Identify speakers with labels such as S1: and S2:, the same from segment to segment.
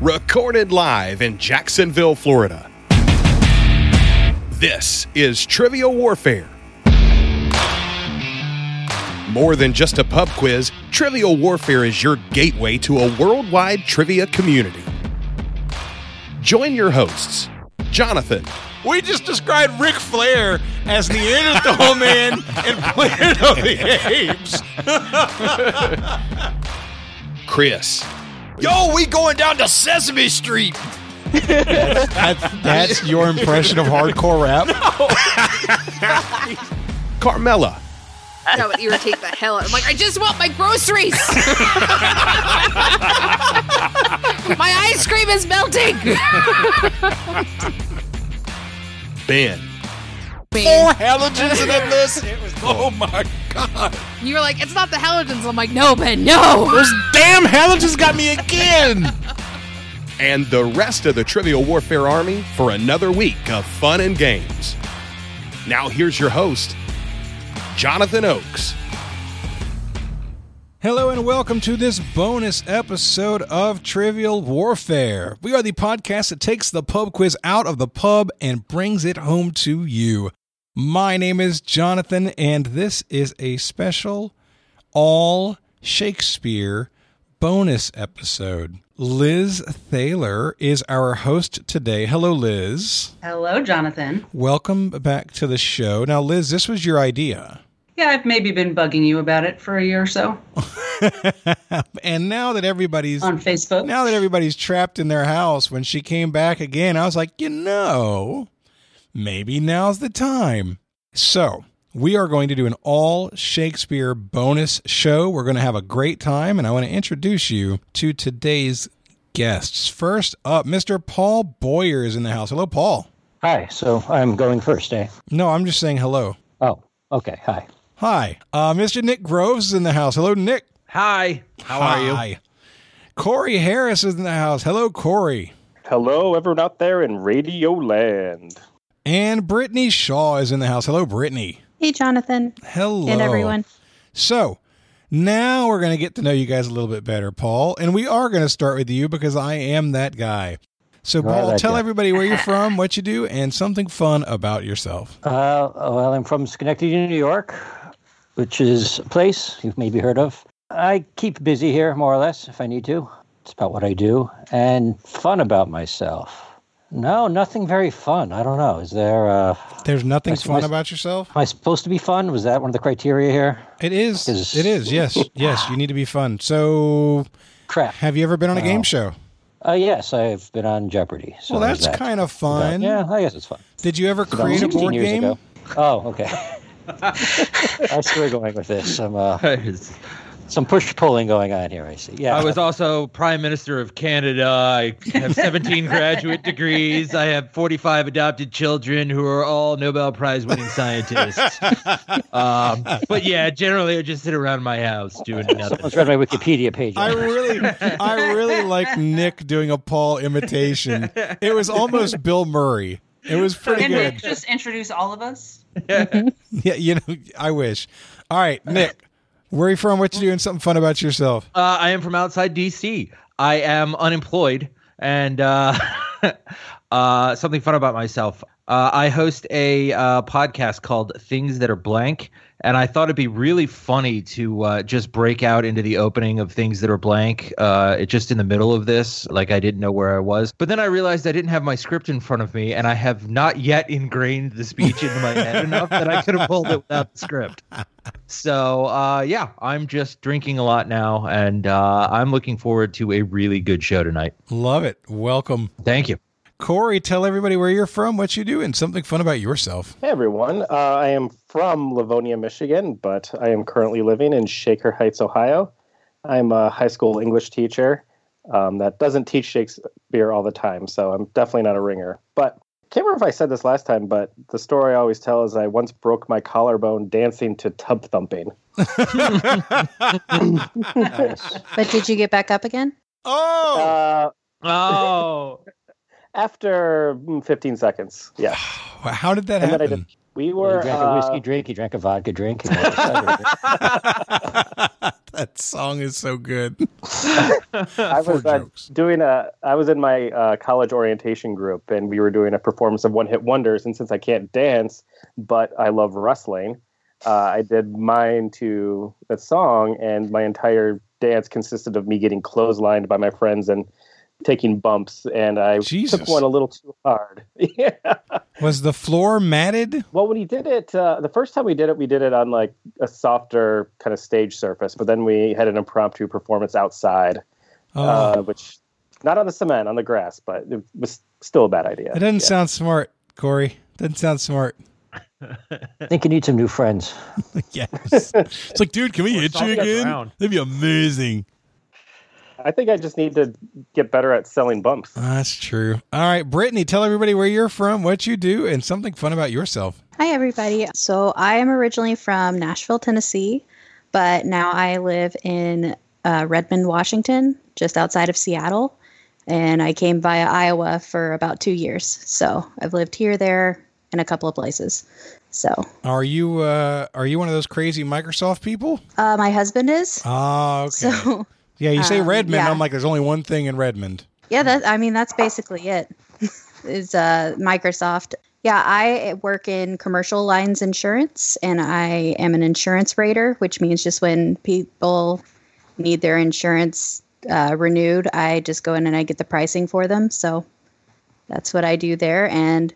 S1: recorded live in Jacksonville, Florida. This is Trivial Warfare. More than just a pub quiz, Trivial Warfare is your gateway to a worldwide trivia community. Join your hosts, Jonathan,
S2: We just described Ric Flair as Neanderthal Man and Planet of the Apes.
S1: Chris,
S3: Yo, we going down to Sesame Street.
S4: That's, that's your impression of hardcore rap.
S1: Carmela,
S5: That would irritate the hell out. I'm like, I just want my groceries. my ice cream is melting.
S1: Ben,
S5: Man,
S3: Halogens in that list.
S2: Oh my!
S5: you were like, it's not the halogens. I'm like, no, Ben, no.
S4: Those damn halogens got me again.
S1: and the rest of the Trivial Warfare Army for another week of fun and games. Now, here's your host, Jonathan Oakes.
S4: Hello and welcome to this bonus episode of Trivial Warfare. We are the podcast that takes the pub quiz out of the pub and brings it home to you. My name is Jonathan, and this is a special all Shakespeare bonus episode. Liz Thaler is our host today. Hello, Liz.
S6: Hello, Jonathan.
S4: Welcome back to the show. Now, Liz, this was your idea.
S6: Yeah, I've maybe been bugging you about it for a year or so
S4: and now that everybody's
S6: on Facebook.
S4: now that everybody's trapped in their house, when she came back again, I was like, you know, maybe now's the time. So, we are going to do an all Shakespeare bonus show. We're going to have a great time, and I want to introduce you to today's guests. First up, Mr. Paul Boyer is in the house. Hello, Paul.
S7: Hi, so I'm going first, eh?
S4: No, I'm just saying hello.
S7: Oh, okay, hi.
S4: Hi. Uh, Mr. Nick Groves is in the house. Hello, Nick.
S2: Hi, how are you?
S4: Hi. Corey Harris is in the house. Hello, Corey.
S8: Hello, everyone out there in Radio Land.
S4: And Brittany Shaw is in the house. Hello, Brittany.
S9: Hey, Jonathan,
S4: Hello.
S9: and everyone.
S4: So now we're going to get to know you guys a little bit better, Paul. And we are going to start with you because I am that guy. So,
S7: are
S4: Paul,
S7: that
S4: tell
S7: guy.
S4: everybody where you're from, what you do, and something fun about yourself.
S7: Uh, well, I'm from Schenectady, New York, which is a place you've maybe heard of. I keep busy here, more or less, if I need to. It's about what I do. And fun about myself. No, nothing very fun. I don't know. Is there, uh,
S4: There's nothing
S7: That's
S4: fun
S7: my-
S4: about yourself?
S7: am I supposed to be fun? Was that one of the criteria here?
S4: It is.
S7: Is-
S4: It is. Yes. Yes. You need to be fun. So,
S7: Crap.
S4: have you ever been on a game
S7: Wow.
S4: show?
S7: Uh, yes, I've been on Jeopardy. So
S4: Well,
S7: there's
S4: that's
S7: that.
S4: kind of
S7: But,
S4: fun.
S7: Yeah, I guess it's fun.
S4: Did you ever
S7: About
S4: create a
S7: 16
S4: board
S7: years
S4: game?
S7: ago. Oh, okay. I see where you're going with this. Some uh, some push pulling going on here. I see. Yeah.
S10: I was also Prime Minister of Canada. I have 17 graduate degrees. I have 45 adopted children who are all Nobel Prize winning scientists. um, but yeah, generally I just sit around my house doing nothing.
S7: Someone's read my Wikipedia page.
S4: I really, I really like Nick doing a Paul imitation. It was almost Bill Murray. It was pretty
S6: Can Nick
S4: good.
S6: just introduce all of us?
S4: Yeah, you know, I wish. All right, Nick, where are you from? What you doing? Something fun about yourself?
S10: Uh, I am from outside DC. I am unemployed, and uh, uh, something fun about myself. Uh, I host a uh, podcast called Things That Are Blank, and I thought it'd be really funny to uh, just break out into the opening of Things That Are Blank, uh, it- just in the middle of this, like I didn't know where I was. But then I realized I didn't have my script in front of me, and I have not yet ingrained the speech into my head enough that I could have pulled it without the script. So uh, yeah, I'm just drinking a lot now, and uh, I'm looking forward to a really good show tonight.
S4: Love it. Welcome,
S10: Thank you.
S4: Corey. Tell everybody where you're from, what you do, and something fun about yourself.
S8: Hey, everyone. Uh, I am from Livonia, Michigan, but I am currently living in Shaker Heights, Ohio. I'm a high school English teacher um, that doesn't teach Shakespeare all the time, so I'm definitely not a ringer. But can't remember if I said this last time, but the story I always tell is I once broke my collarbone dancing to tub thumping.
S7: Nice.
S9: But did you get back up again?
S4: Oh,
S8: Uh,
S10: Oh,
S8: after mm, 15 seconds, yeah.
S4: how did that
S8: And then I
S4: happen?
S8: We
S7: He
S8: were
S7: drank a
S8: uh,
S7: whiskey drink. He drank a vodka drink. he drank a cider drink.
S4: that song is so good.
S8: I was uh, doing a. I was in my uh, college orientation group, and we were doing a performance of One Hit Wonders. And since I can't dance, but I love wrestling, uh, I did mine to that song, and my entire dance consisted of me getting clotheslined by my friends and taking bumps. And I
S4: Jesus.
S8: took one a little too hard. yeah.
S4: Was the floor matted?
S8: Well, when he did it, uh, the first time we did it, we did it on like a softer kind of stage surface, but then we had an impromptu performance outside, uh,
S4: Oh.
S8: which not on the cement, on the grass, but it was still a bad idea.
S4: It doesn't sound smart, Corey. Doesn't sound smart.
S7: I think you need some new friends.
S4: yes. It's like, dude, can we hit you
S10: solid
S4: again?
S10: ground.
S4: That'd be amazing.
S8: I think I just need to get better at selling bumps.
S4: Ah, That's true. All right, Brittany, tell everybody where you're from, what you do, and something fun about yourself.
S9: Hi, everybody. So I am originally from Nashville, Tennessee, but now I live in uh, Redmond, Washington, just outside of Seattle. And I came via Iowa for about two years. So I've lived here, there, and a couple of places. So
S4: Are you uh are you one of those crazy Microsoft people?
S9: uh, my husband is.
S4: Oh, okay.
S9: So
S4: yeah, you say
S9: um,
S4: Redmond,
S9: yeah.
S4: I'm like, there's only one thing in Redmond.
S9: yeah, that I mean that's basically it. is uh, Microsoft. Yeah, I work in commercial lines insurance, and I am an insurance rater, which means just when people need their insurance uh, renewed, I just go in and I get the pricing for them. So that's what I do there. And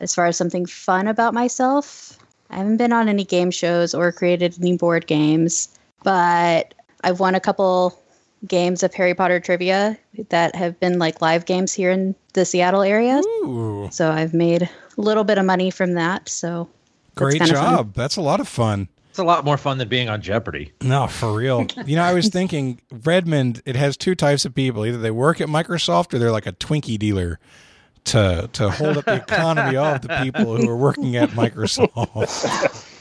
S9: as far as something fun about myself, I haven't been on any game shows or created any board games, but I've won a couple games of Harry Potter trivia that have been like live games here in the Seattle area.
S4: Ooh.
S9: So I've made a little bit of money from that. So that's
S4: Great
S9: kinda fun.
S4: job. That's a lot of fun.
S10: It's a lot more fun than being on Jeopardy.
S4: No, for real. you know, I was thinking Redmond, it has two types of people. Either they work at Microsoft or they're like a Twinkie dealer to to hold up the economy of the people who are working at Microsoft.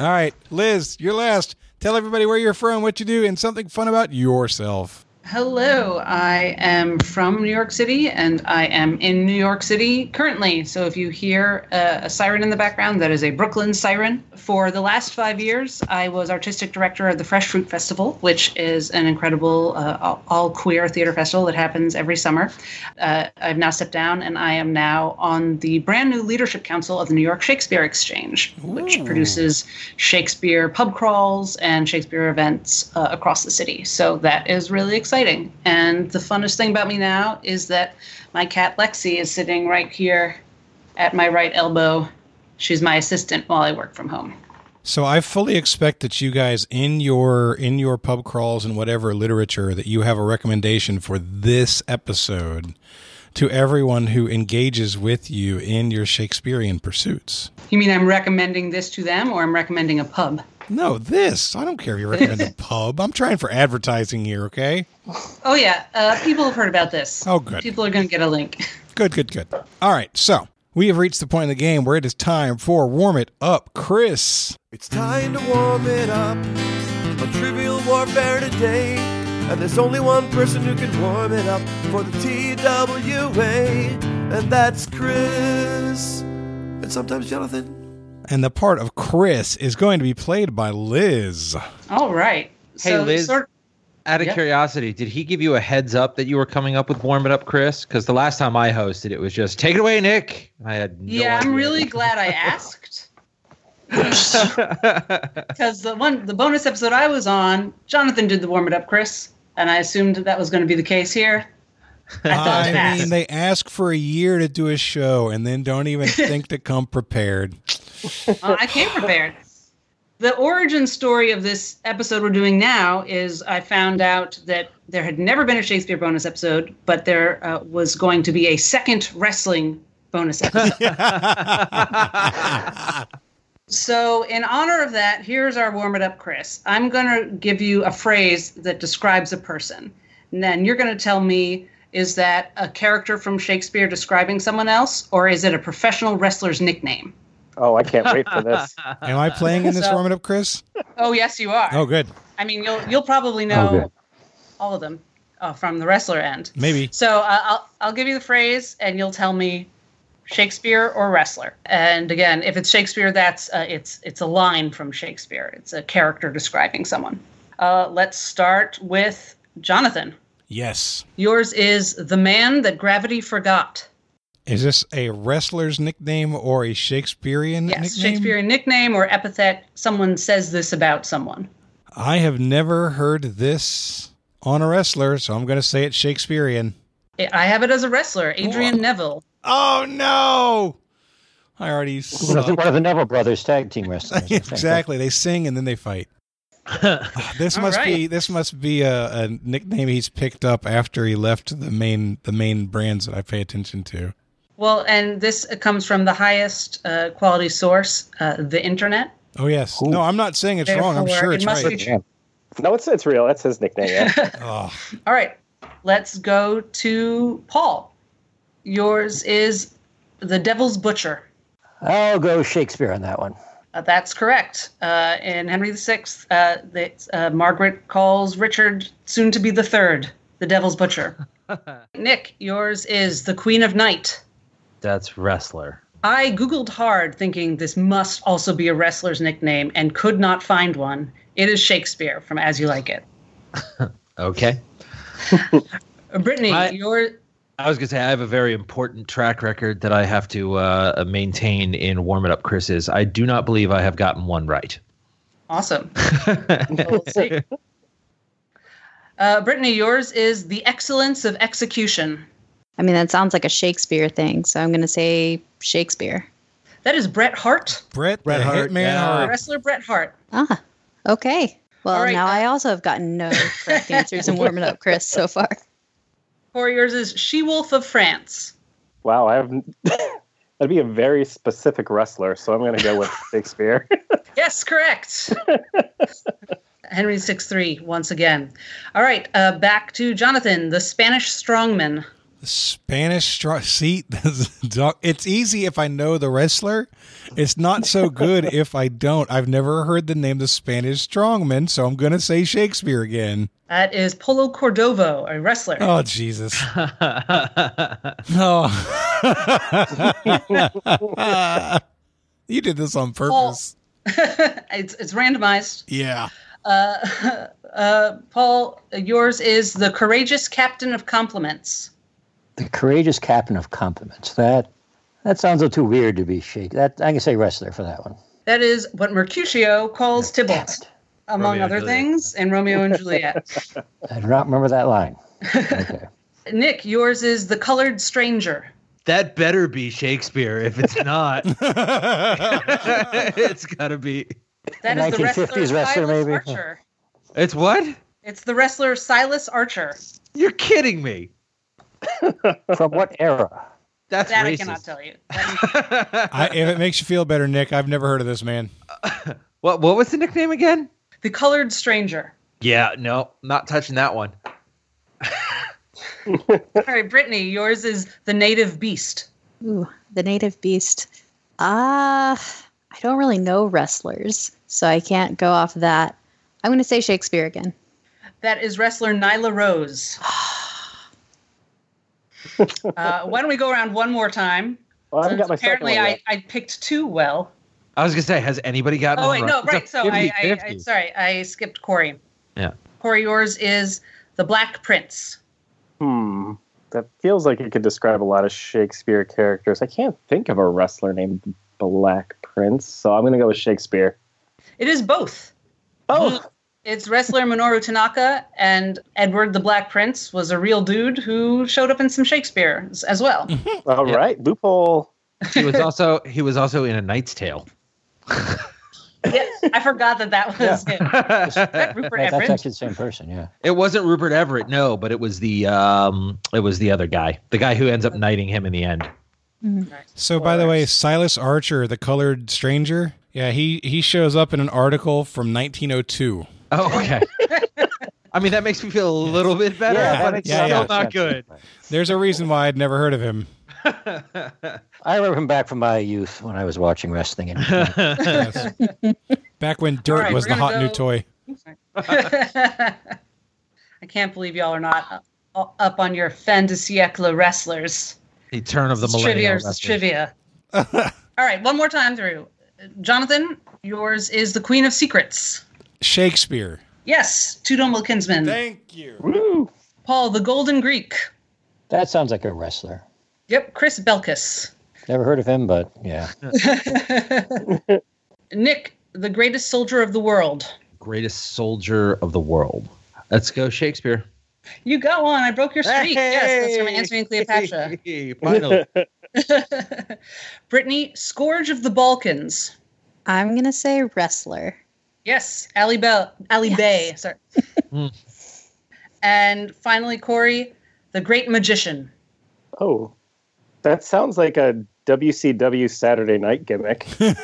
S4: All right, Liz, you're last. Tell everybody where you're from, what you do, and something fun about yourself.
S6: Hello, I am from New York City and I am in New York City currently. So if you hear uh, a, a siren in the background, that is a Brooklyn siren. For the last five years, I was artistic director of the Fresh Fruit Festival, which is an incredible uh, all- all queer theater festival that happens every summer. Uh, I've now stepped down and I am now on the brand new leadership council of the New York Shakespeare Exchange, which produces Shakespeare pub crawls and Shakespeare events uh, across the city. So that is really exciting. And the funnest thing about me now is that my cat Lexi is sitting right here at my right elbow. She's my assistant while I work from home.
S4: So I fully expect that you guys in your in your pub crawls and whatever literature that you have a recommendation for this episode to everyone who engages with you in your Shakespearean pursuits.
S6: You mean I'm recommending this to them or I'm recommending a pub?
S4: No, this. I don't care if you recommend a pub. I'm trying for advertising here, okay?
S6: Oh, yeah. Uh, people have heard about this.
S4: Oh, good.
S6: People are going to get a link.
S4: Good, good, good. All right, so we have reached the point in the game where it is time for warm it up, Chris.
S11: It's time to warm it up on Trivial Warfare today. And there's only one person who can warm it up for the TWA, and that's Chris. And sometimes Jonathan.
S4: And the part of Chris is going to be played by Liz.
S6: All right.
S10: Hey, Liz. out of
S6: Yeah.
S10: curiosity, did he give you a heads up that you were coming up with Warm It Up, Chris? Because the last time I hosted, it was just take it away, Nick. I had no
S6: yeah, I'm
S10: idea.
S6: really glad I asked. Because the one, the bonus episode I was on, Jonathan did the warm it up, Chris, and I assumed that was going to be the case here. I thought to
S4: I
S6: ask.
S4: mean, they ask for a year to do a show and then don't even think to come prepared.
S6: Uh, I came prepared. The origin story of this episode we're doing now is I found out that there had never been a Shakespeare bonus episode, but there uh, was going to be a second wrestling bonus episode. so, in honor of that, here's our warm it up, Chris. I'm going to give you a phrase that describes a person. And then you're going to tell me is that a character from Shakespeare describing someone else, or is it a professional wrestler's nickname?
S8: Oh, I can't wait for this.
S4: Am I playing in this
S6: So-
S4: warm it up, Chris?
S6: Oh, yes, you are.
S4: Oh, good.
S6: I mean, you'll you'll probably
S4: Oh,
S6: know
S4: good.
S6: all of them uh, from the wrestler end.
S4: Maybe.
S6: So uh, I'll I'll give you the phrase, and you'll tell me Shakespeare or wrestler. And again, if it's Shakespeare, that's uh, it's it's a line from Shakespeare. It's a character describing someone. Uh, let's start with Jonathan.
S4: Yes.
S6: Yours is The Man That Gravity Forgot.
S4: Is this a wrestler's nickname or a Shakespearean
S6: Yes,
S4: nickname?
S6: Shakespearean nickname or epithet. Someone says this about someone.
S4: I have never heard this on a wrestler, so I'm going to say it's Shakespearean.
S6: I I have it as a wrestler, Adrian Neville.
S4: Oh no! I already
S7: One of, the, one of the Neville brothers tag team wrestlers. I think.
S4: exactly. They sing and then they fight. this
S6: All
S4: must be
S6: right.
S4: this must be a, a nickname he's picked up after he left the main the main brands that I pay attention to.
S6: Well, and this comes from the highest uh, quality source, uh, the internet.
S4: Oh yes. No, I'm not saying it's wrong. I'm
S6: Therefore,
S4: sure
S6: it
S4: it's
S6: must
S4: right.
S6: be true.
S8: No, it's it's real. That's his nickname. Yeah.
S4: Oh,
S6: All right, let's go to Paul. Yours is the Devil's Butcher.
S7: I'll go Shakespeare on that one.
S6: Uh, that's correct. Uh, in Henry VI, uh, that uh, Margaret calls Richard, soon to be the third, the Devil's Butcher. Nick, yours is the Queen of Night.
S10: That's wrestler.
S6: I Googled hard thinking this must also be a wrestler's nickname and could not find one. It is Shakespeare from As You Like It.
S10: Okay.
S6: Uh, Brittany,
S10: I-
S6: your
S10: I was gonna say I have a very important track record that I have to uh, maintain in warm it up. Chris's. I do not believe I have gotten one right.
S6: awesome. We'll see. Uh, Brittany, yours is the excellence of execution.
S9: I mean, that sounds like a Shakespeare thing, so I'm going to say Shakespeare.
S6: That is Bret Hart,
S4: Bret,
S10: Bret
S4: the
S10: Hart,
S4: Hitman
S10: yeah.
S4: Hart.
S6: wrestler Bret Hart.
S9: Ah, okay. Well,
S6: All right,
S9: now
S6: uh,
S9: I also have gotten no correct answers in warming up, Chris, so far.
S6: Or yours is She Wolf of France.
S8: Wow, I have. That'd be a very specific wrestler, so I'm going to go with Shakespeare.
S6: Yes, correct. Henry six three once again. All right, uh, back to Jonathan, the Spanish strongman.
S4: Spanish straw seat. it's easy if I know the wrestler. It's not so good if I don't. I've never heard the name the Spanish strongman, so I'm gonna say Shakespeare again.
S6: That is Polo Cordovo, a wrestler.
S4: Oh Jesus! Oh, you did this on purpose.
S6: it's, it's randomized.
S4: Yeah.
S6: Uh, uh, Paul, yours is the courageous captain of compliments.
S7: The courageous captain of compliments. That that sounds a little too weird to be Shakespeare. That I can say wrestler for that one.
S6: That is what Mercutio calls Tybalt, among
S10: Romeo and
S6: other
S10: Juliet.
S6: things, and Romeo and Juliet.
S7: I do not remember that line. Okay.
S6: Nick, yours is the colored stranger.
S10: That better be Shakespeare. If it's not, it's gotta be.
S6: That is the wrestler,
S7: 1950s wrestler,
S6: Silas
S7: maybe?
S6: Archer.
S10: It's what?
S6: It's the wrestler Silas Archer.
S10: You're kidding me.
S7: From what era?
S10: That's
S6: That I cannot
S10: racist.
S6: tell you. That-
S4: I, if it makes you feel better, Nick, I've never heard of this man.
S10: what? What was the nickname again?
S6: the colored stranger.
S10: Yeah, no, not touching that one.
S6: All right, Brittany, yours is the native beast.
S9: Ooh, the native beast. Ah, I don't really know wrestlers, so I can't go off that. I'm going to say Shakespeare again.
S6: That is wrestler Nyla Rose. uh, why don't we go around one more time?
S8: Well, I haven't
S6: Since
S8: got my second one
S6: apparently,
S8: yet.
S6: I, I picked two well.
S10: I was gonna say, has anybody gotten?
S6: Oh
S10: one
S6: wait, no,
S10: It's a
S6: right. So I, I, I,
S10: 50-50.
S6: sorry, I skipped Corey.
S10: Yeah.
S6: Corey, yours is the Black Prince.
S8: Hmm. That feels like it could describe a lot of Shakespeare characters. I can't think of a wrestler named Black Prince, so I'm going to go with Shakespeare.
S6: It is both.
S8: Oh,
S6: It's wrestler Minoru Tanaka and Edward the Black Prince was a real dude who showed up in some Shakespeare as- as well.
S8: all
S10: Yeah.
S8: right. Loophole.
S10: he was also he was also in a Knight's Tale.
S6: yeah, I forgot that that was him. That
S10: it
S7: That-
S6: Rupert
S7: that's
S6: Everett.
S7: actually the same person. Yeah.
S10: wasn't Rupert Everett, no, but it was the um it was the other guy, the guy who ends up knighting him in the end.
S6: Mm-hmm.
S4: So, by the way, Silas Archer, the colored stranger, yeah, he he shows up in an article from 1902.
S10: Oh, okay. I mean, that makes me feel a little bit better,
S7: Yeah, that
S10: but
S7: makes
S10: it's
S4: a lot
S10: still
S4: of
S10: not
S7: sense.
S10: good.
S4: There's a reason why I'd never heard of him.
S7: I remember him back from my youth when I was watching wrestling. And
S4: Yes. Back when dirt
S6: right,
S4: was
S6: we're
S4: the
S6: gonna
S4: hot new
S6: go-
S4: toy.
S6: I can't believe y'all are not up, up on your fin de siècle wrestlers.
S10: The turn of the
S6: This is trivia
S10: millennium.
S6: versus trivia. All right, one more time through. Jonathan, yours is the Queen of Secrets.
S4: Shakespeare.
S6: Yes, two Domal Kinsmen.
S2: Thank you.
S6: Woo. Paul, the Golden Greek.
S7: That sounds like a wrestler.
S6: Yep, Chris Belkis.
S7: Never heard of him, but yeah.
S6: Nick, the greatest soldier of the world.
S10: Greatest soldier of the world. Let's go, Shakespeare.
S6: You got one. I broke your streak. Yes, that's from Antony and Cleopatra.
S10: Finally.
S6: Brittany, Scourge of the Balkans.
S9: I'm gonna say wrestler.
S6: Yes, Ali Bell, Ali Bay. Sorry. and finally, Corey, the great magician.
S8: Oh, that sounds like a WCW Saturday Night gimmick. they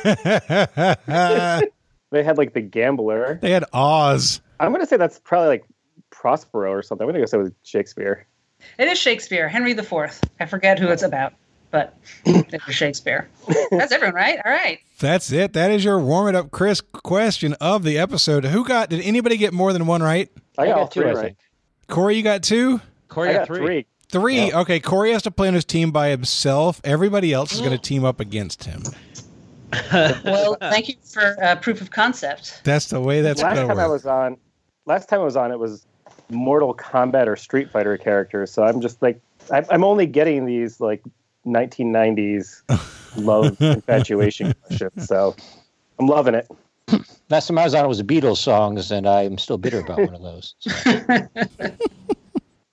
S8: had like the gambler.
S4: They had Oz.
S8: I'm gonna say that's probably like Prospero or something. I'm gonna go say it was Shakespeare.
S6: It is Shakespeare, Henry IV. I forget who it's about, but it was Shakespeare. That's everyone, right? All right.
S4: That's it. That is your warm it up, Chris. Question of the episode: Who got? Did anybody get more than one right?
S8: I got, all three
S10: I
S8: right.
S10: think.
S4: Corey, you got two.
S7: Oh,
S10: Corey
S8: I
S10: got
S8: got
S10: three.
S8: three.
S4: Three.
S8: Yeah.
S4: Okay, Corey has to play on his team by himself. Everybody else is going to
S8: Mm.
S4: team up against him.
S6: Well, thank you for uh, proof of concept.
S4: That's the way that's
S8: last
S4: going to
S8: time I
S4: work.
S8: was on, last time I was on, it was Mortal Kombat or Street Fighter characters. So I'm just like, I'm, I'm only getting these like 1990s love infatuation questions. So I'm loving it.
S7: Last time I was on, it was Beatles songs, and I'm still bitter about one of those. So,
S10: The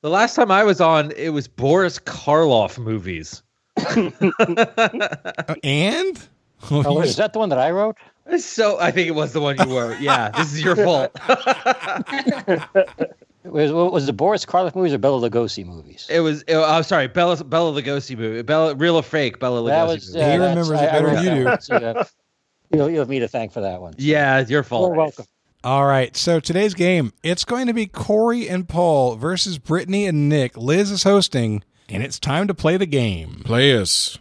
S10: last time I was on, it was Boris Karloff movies.
S4: and
S7: oh, wait, is that the one that I wrote?
S10: So I think it was the one you were. Yeah, this is your fault.
S7: It Was, what was the Boris Karloff movies or Bella Lugosi movies?
S10: It was. It, I'm sorry, Bella Bella Lugosi movie. Bella, real or fake? Bella Lugosi.
S7: that was. uh,
S10: movie.
S4: He
S7: that's-
S4: remembers
S7: I-
S4: it
S7: I
S4: better
S7: wrote
S4: than you
S7: that
S4: do.
S7: one, so, yeah. you'll, you'll have me to thank for that one.
S10: yeah, it's your fault.
S7: You're welcome.
S4: All right. So today's game, it's going to be Corey and Paul versus Brittany and Nick. Liz is hosting, and it's time to play the game.
S12: Play us.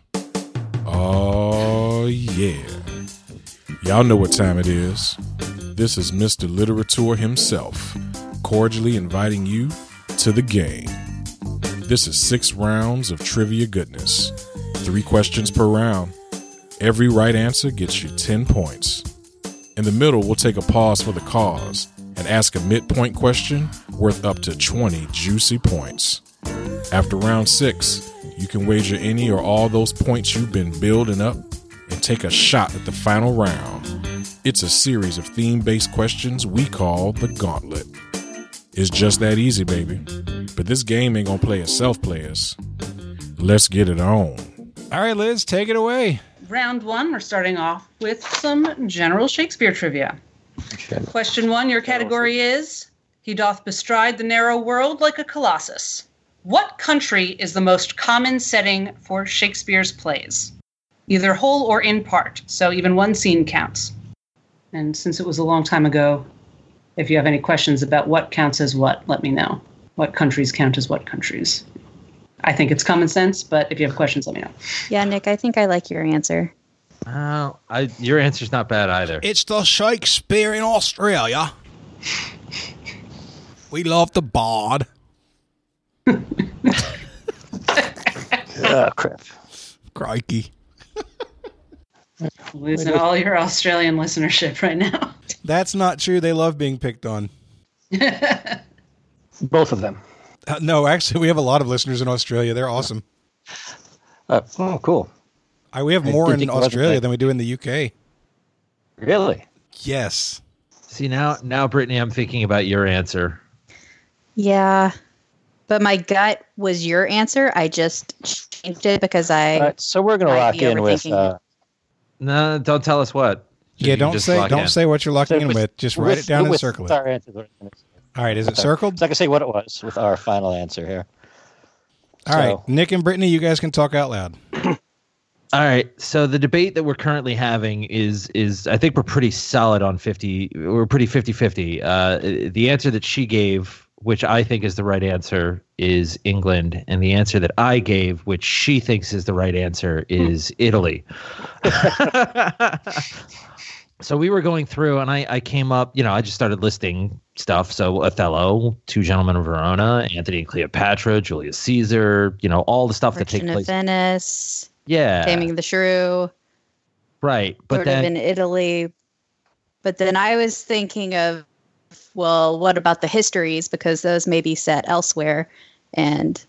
S12: Oh, yeah. Y'all know what time it is. This is Mr. Literature himself, cordially inviting you to the game. This is six rounds of trivia goodness, three questions per round. Every right answer gets you 10 points. In the middle, we'll take a pause for the cause and ask a midpoint question worth up to 20 juicy points. After round six, you can wager any or all those points you've been building up and take a shot at the final round. It's a series of theme based questions we call the gauntlet. It's just that easy, baby. But this game ain't gonna play itself, players. Let's get it on.
S4: All right, Liz, take it away.
S6: Round one, we're starting off with some general Shakespeare trivia. Question one, your category is He doth bestride the narrow world like a colossus. What country is the most common setting for Shakespeare's plays? Either whole or in part, so even one scene counts. And since it was a long time ago, if you have any questions about what counts as what, let me know. What countries count as what countries? I think it's common sense, but if you have questions, let me know.
S9: Yeah, Nick, I think I like your answer.
S10: Oh, I, your answer's not bad either.
S4: It's the Shakespeare in Australia. We love the bard.
S7: Oh, crap.
S4: Crikey.
S6: Losing all your Australian listenership right now.
S4: That's not true. They love being picked on.
S7: Both of them.
S4: Uh, no, actually, we have a lot of listeners in Australia. They're awesome.
S7: Uh, oh, cool.
S4: I, we have
S7: I
S4: more
S7: did
S4: in
S7: think it wasn't
S4: Australia
S7: that-
S4: than we do in the UK.
S7: Really?
S4: Yes.
S10: See now, now Brittany, I'm thinking about your answer.
S9: Yeah. But my gut was your answer. I just changed it because I
S7: All right, so we're gonna
S9: Might
S7: lock
S9: be
S7: in with.
S9: overthinking
S7: Uh,
S10: No, don't tell us what.
S4: Yeah,
S10: You
S4: don't
S10: just
S4: say
S10: lock
S4: don't
S10: in.
S4: say what you're locking in
S7: with-
S4: with. Just write it down and
S7: with
S4: circle it.
S7: Our answer. we're gonna-
S4: All right, is it
S7: Okay.
S4: circled?
S7: It's not gonna say what it was with our final answer here.
S4: All right,
S7: So-
S4: Nick and Brittany, you guys can talk out loud.
S10: All right. So the debate that we're currently having is is I think we're pretty solid on 50 we're pretty 50-50. Uh the answer that she gave, which I think is the right answer, is England, and the answer that I gave, which she thinks is the right answer, is Italy. so we were going through and I, I came up, you know, I just started listing stuff. So Othello, Two Gentlemen of Verona, Anthony and Cleopatra, Julius Caesar, you know, all the stuff
S9: Merchant
S10: that
S9: of
S10: takes place.
S9: Venice,
S10: Yeah.
S9: Taming the Shrew,
S10: Right, but
S9: sort
S10: then
S9: of in Italy. But then I was thinking of well, what about the histories? Because those may be set elsewhere. And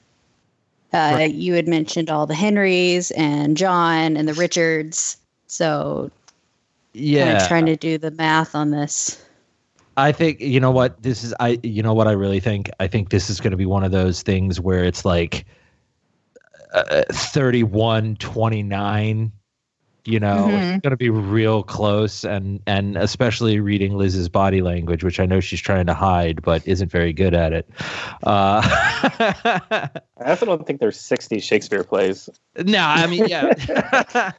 S9: uh, you had mentioned all the Henrys and John and the Richards. So, kind
S10: Yeah.
S9: of trying to do the math on this.
S10: I think you know what this is. I you know what I really think. I think this is going to be one of those things where it's like uh, 31, 29. You know,
S13: Mhm.
S10: it's going to be real close, and and especially reading Liz's body language, which I know she's trying to hide, but isn't very good at it. Uh,
S8: I also don't think there's 60 Shakespeare plays.
S10: no, I mean, yeah,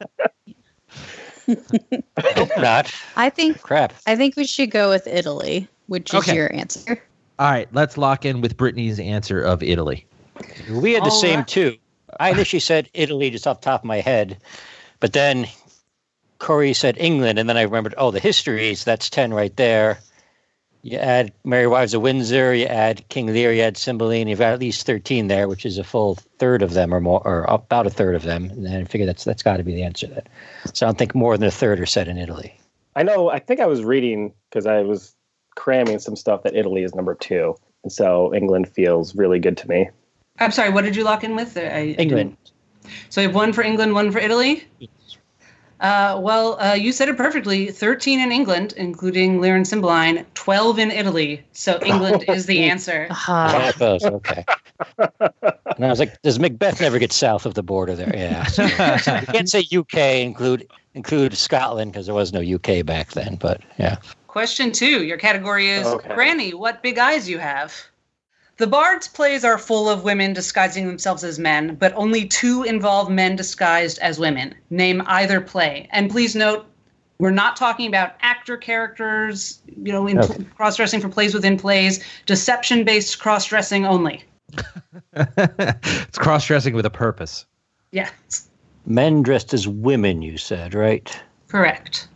S7: not.
S9: I think
S7: Crap.
S9: I think we should go with Italy, which is
S10: Okay.
S9: your answer.
S10: All right, let's lock in with Brittany's answer of Italy.
S7: We had the
S9: All
S7: same
S9: right.
S7: two. I initially said Italy just off the top of my head, but then Corey said England, and then I remembered, oh, the histories, that's 10 right there. You add Mary Wives of Windsor, you add King Lear, you add Cymbeline, you've got at least 13 there, which is a full third of them or more, or about a third of them. And then I figure that's that's got to be the answer to that. So I don't think more than a third are set in Italy.
S8: I know, I think I was reading because I was cramming some stuff that Italy is number two. And so England feels really good to me.
S6: I'm sorry, what did you lock in with? I-
S8: England.
S6: So you have one for England, one for Italy? Uh, well, uh, you said it perfectly. 13 in England, including Lear and Cymbeline, 12 in Italy. So England is the answer.
S7: Yeah, it does. okay. And I was like, does Macbeth never get south of the border there? Yeah. So, you can't say UK include include Scotland because there was no UK back then, but yeah.
S6: Question two. Your category is
S7: Okay.
S6: Granny, what big eyes you have. The Bard's plays are full of women disguising themselves as men, but only two involve men disguised as women. Name either play. And please note, we're not talking about actor characters, you know, in
S10: Okay.
S6: cross dressing for plays within plays, deception based cross dressing only.
S10: It's cross-dressing with a purpose.
S6: Yeah,
S7: Men dressed as women, you said, right?
S6: correct.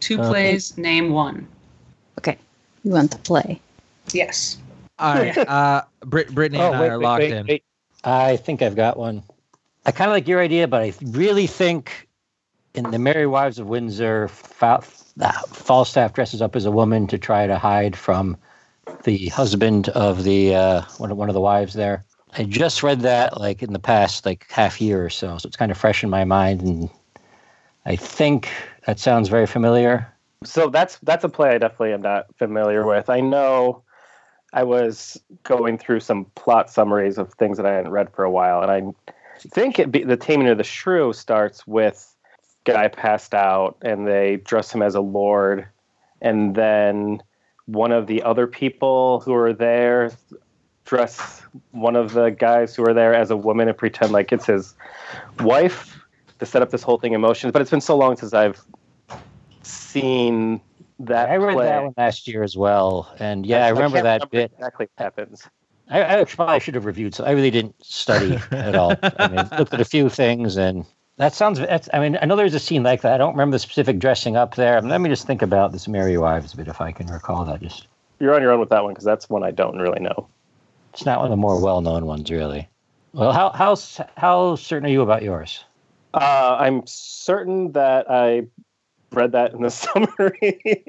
S6: Two
S7: Okay.
S6: plays, name one.
S9: Okay. You want the play.
S6: Yes.
S10: All right, uh, Brit- Brittany
S8: Oh,
S10: and I are locked in.
S7: I think I've got one. I kind of like your idea, but I really think in the Merry Wives of Windsor, Fa- uh, Falstaff dresses up as a woman to try to hide from the husband of the uh, one of one of the wives there. I just read that like in the past like half year or so, so it's kind of fresh in my mind, and I think that sounds very familiar.
S8: so that's that's a play I definitely am not familiar with. I know I was going through some plot summaries of things that I hadn't read for a while, and I think it be, the Taming of the Shrew starts with guy passed out, and they dress him as a lord, and then one of the other people who are there dress one of the guys who are there as a woman and pretend like it's his wife to set up this whole thing in motion. But it's been so long since I've seen that.
S7: I read
S8: play.
S7: that one last year as well, and yeah, I, remember
S8: can't
S7: that bit.
S8: exactly what happens.
S7: I, I actually probably should have reviewed. So I really didn't study at all. I mean, looked at a few things, and that sounds. That's, I mean, I know there's a scene like that. I don't remember the specific dressing up there. Let me just think about this Mary Wives bit if I can recall that. Just
S8: You're on your own with that one because that's one I don't really know.
S7: it's not one of the more well-known ones, really. Well, how how s- how certain are you about yours?
S8: Uh, I'm certain that I read that in the summary,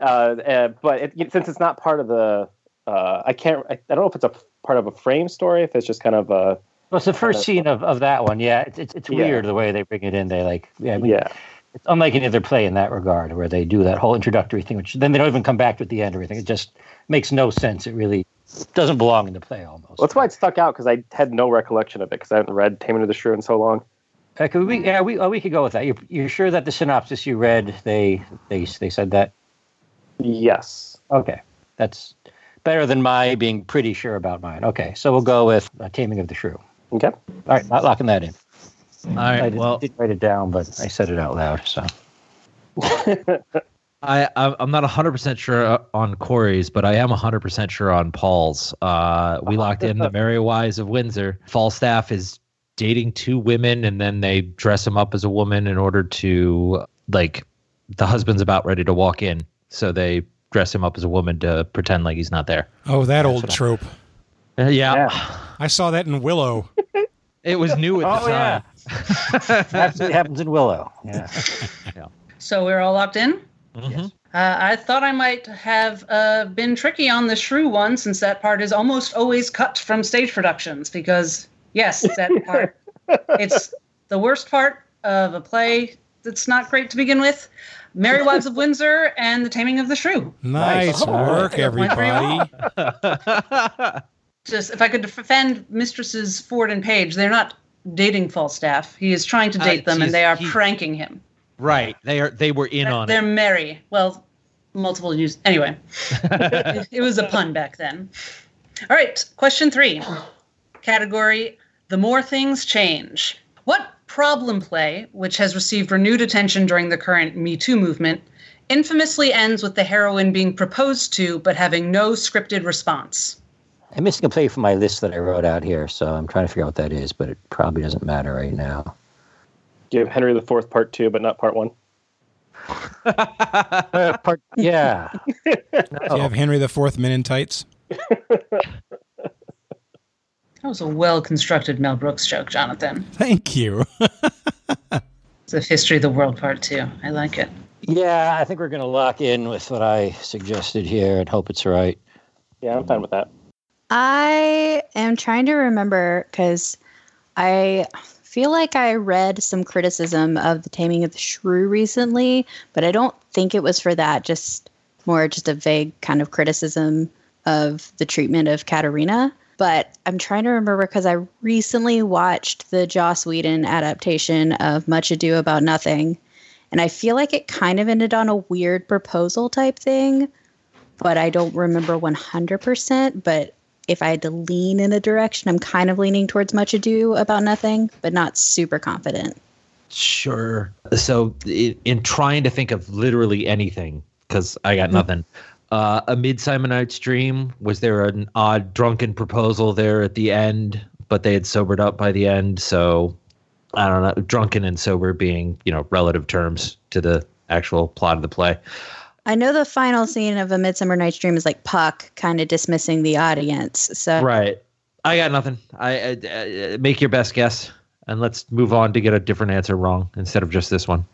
S8: uh, uh, but it, since it's not part of the, uh, I can't. I, I don't know if it's a part of a frame story, if it's just kind of a.
S7: Well, it's the first scene of, of that one. Yeah, it's it's, it's
S8: Yeah.
S7: weird the way they bring it in. They like yeah, I mean,
S8: Yeah.
S7: It's unlike any other play in that regard, where they do that whole introductory thing, which then they don't even come back to at the end or anything. It just makes no sense. It really doesn't belong in the play almost.
S8: Well, that's why it stuck out because I had no recollection of it because I haven't read Taming of the Shrew in so long.
S7: Uh, could we, yeah, we, uh, we could go with that. You're, you're sure that the synopsis you read, they, they, they said that?
S8: Yes.
S7: Okay. That's better than my being pretty sure about mine. Okay. So we'll go with uh, Taming of the Shrew.
S8: Okay. All
S7: right. Not locking that in.
S10: All right.
S7: I did, well, did write it down, but I said it out loud. So
S10: I I'm I'm not 100% sure uh, on Corey's, but I am 100% sure on Paul's. Uh, we locked in the Merry Wives of Windsor. Falstaff is dating two women, and then they dress him up as a woman in order to like the husband's about ready to walk in, so they dress him up as a woman to pretend like he's not there.
S4: Oh, that old trope.
S10: Uh, yeah.
S4: I saw that in Willow.
S10: It was new at the
S4: Oh, yeah.
S10: time.
S7: Absolutely happens in Willow. Yeah.
S6: So we're all locked in?
S10: Mhm.
S6: Uh, I thought I might have uh, been tricky on the shrew one since that part is almost always cut from stage productions because, yes, that part, it's the worst part of a play that's not great to begin with. Merry Wives of Windsor and The Taming of the Shrew.
S4: Nice work,
S6: Went very well.
S4: everybody.
S10: Mm-hmm.
S6: Just if I could defend Mistresses Ford and Page, they're not dating Falstaff. He is trying to
S10: Uh,
S6: date them,
S10: he's-
S6: and they are
S10: he-
S6: pranking him.
S10: Right. They are. They were in on
S6: They're
S10: it.
S6: merry. Well, multiple use. Anyway, it, it was a pun back then. All right, question three. Category The More Things Change. What problem play, which has received renewed attention during the current Me Too movement, infamously ends with the heroine being proposed to but having no scripted response?
S7: I'm missing a play from my list that I wrote out here, so I'm trying to figure out what that is, but it probably doesn't matter right now.
S8: Do you have Henry the Fourth Part Two, but not Part One?
S7: part, yeah.
S4: Do you have Henry the Fourth Men in Tights?
S6: That was a well constructed Mel Brooks joke, Jonathan.
S4: Thank you.
S6: It's a history of the world part two. I like it.
S7: Yeah, I think we're going to lock in with what I suggested here and hope it's right.
S8: Yeah, I'm fine with that.
S9: I am trying to remember because I feel like I read some criticism of the Taming of the Shrew recently, but I don't think it was for that. Just more just a vague kind of criticism of the treatment of Katerina. But I'm trying to remember because I recently watched the Joss Whedon adaptation of Much Ado About Nothing, and I feel like it kind of ended on a weird proposal type thing, but I don't remember 100%. But if I had to lean in a direction, I'm kind of leaning towards Much Ado About Nothing, but not super confident.
S10: Sure. So, i- in trying to think of literally anything, because I got nothing. Uh, amid Simon Night's Dream, was there an odd drunken proposal there at the end? But they had sobered up by the end, so I don't know. Drunken and sober being, you know, relative terms to the actual plot of the play.
S9: I know the final scene of A Midsummer Night's Dream is like Puck kind of dismissing the audience. So
S10: Right. I got nothing. I, I, I make your best guess, and let's move on to get a different answer wrong instead of just this one.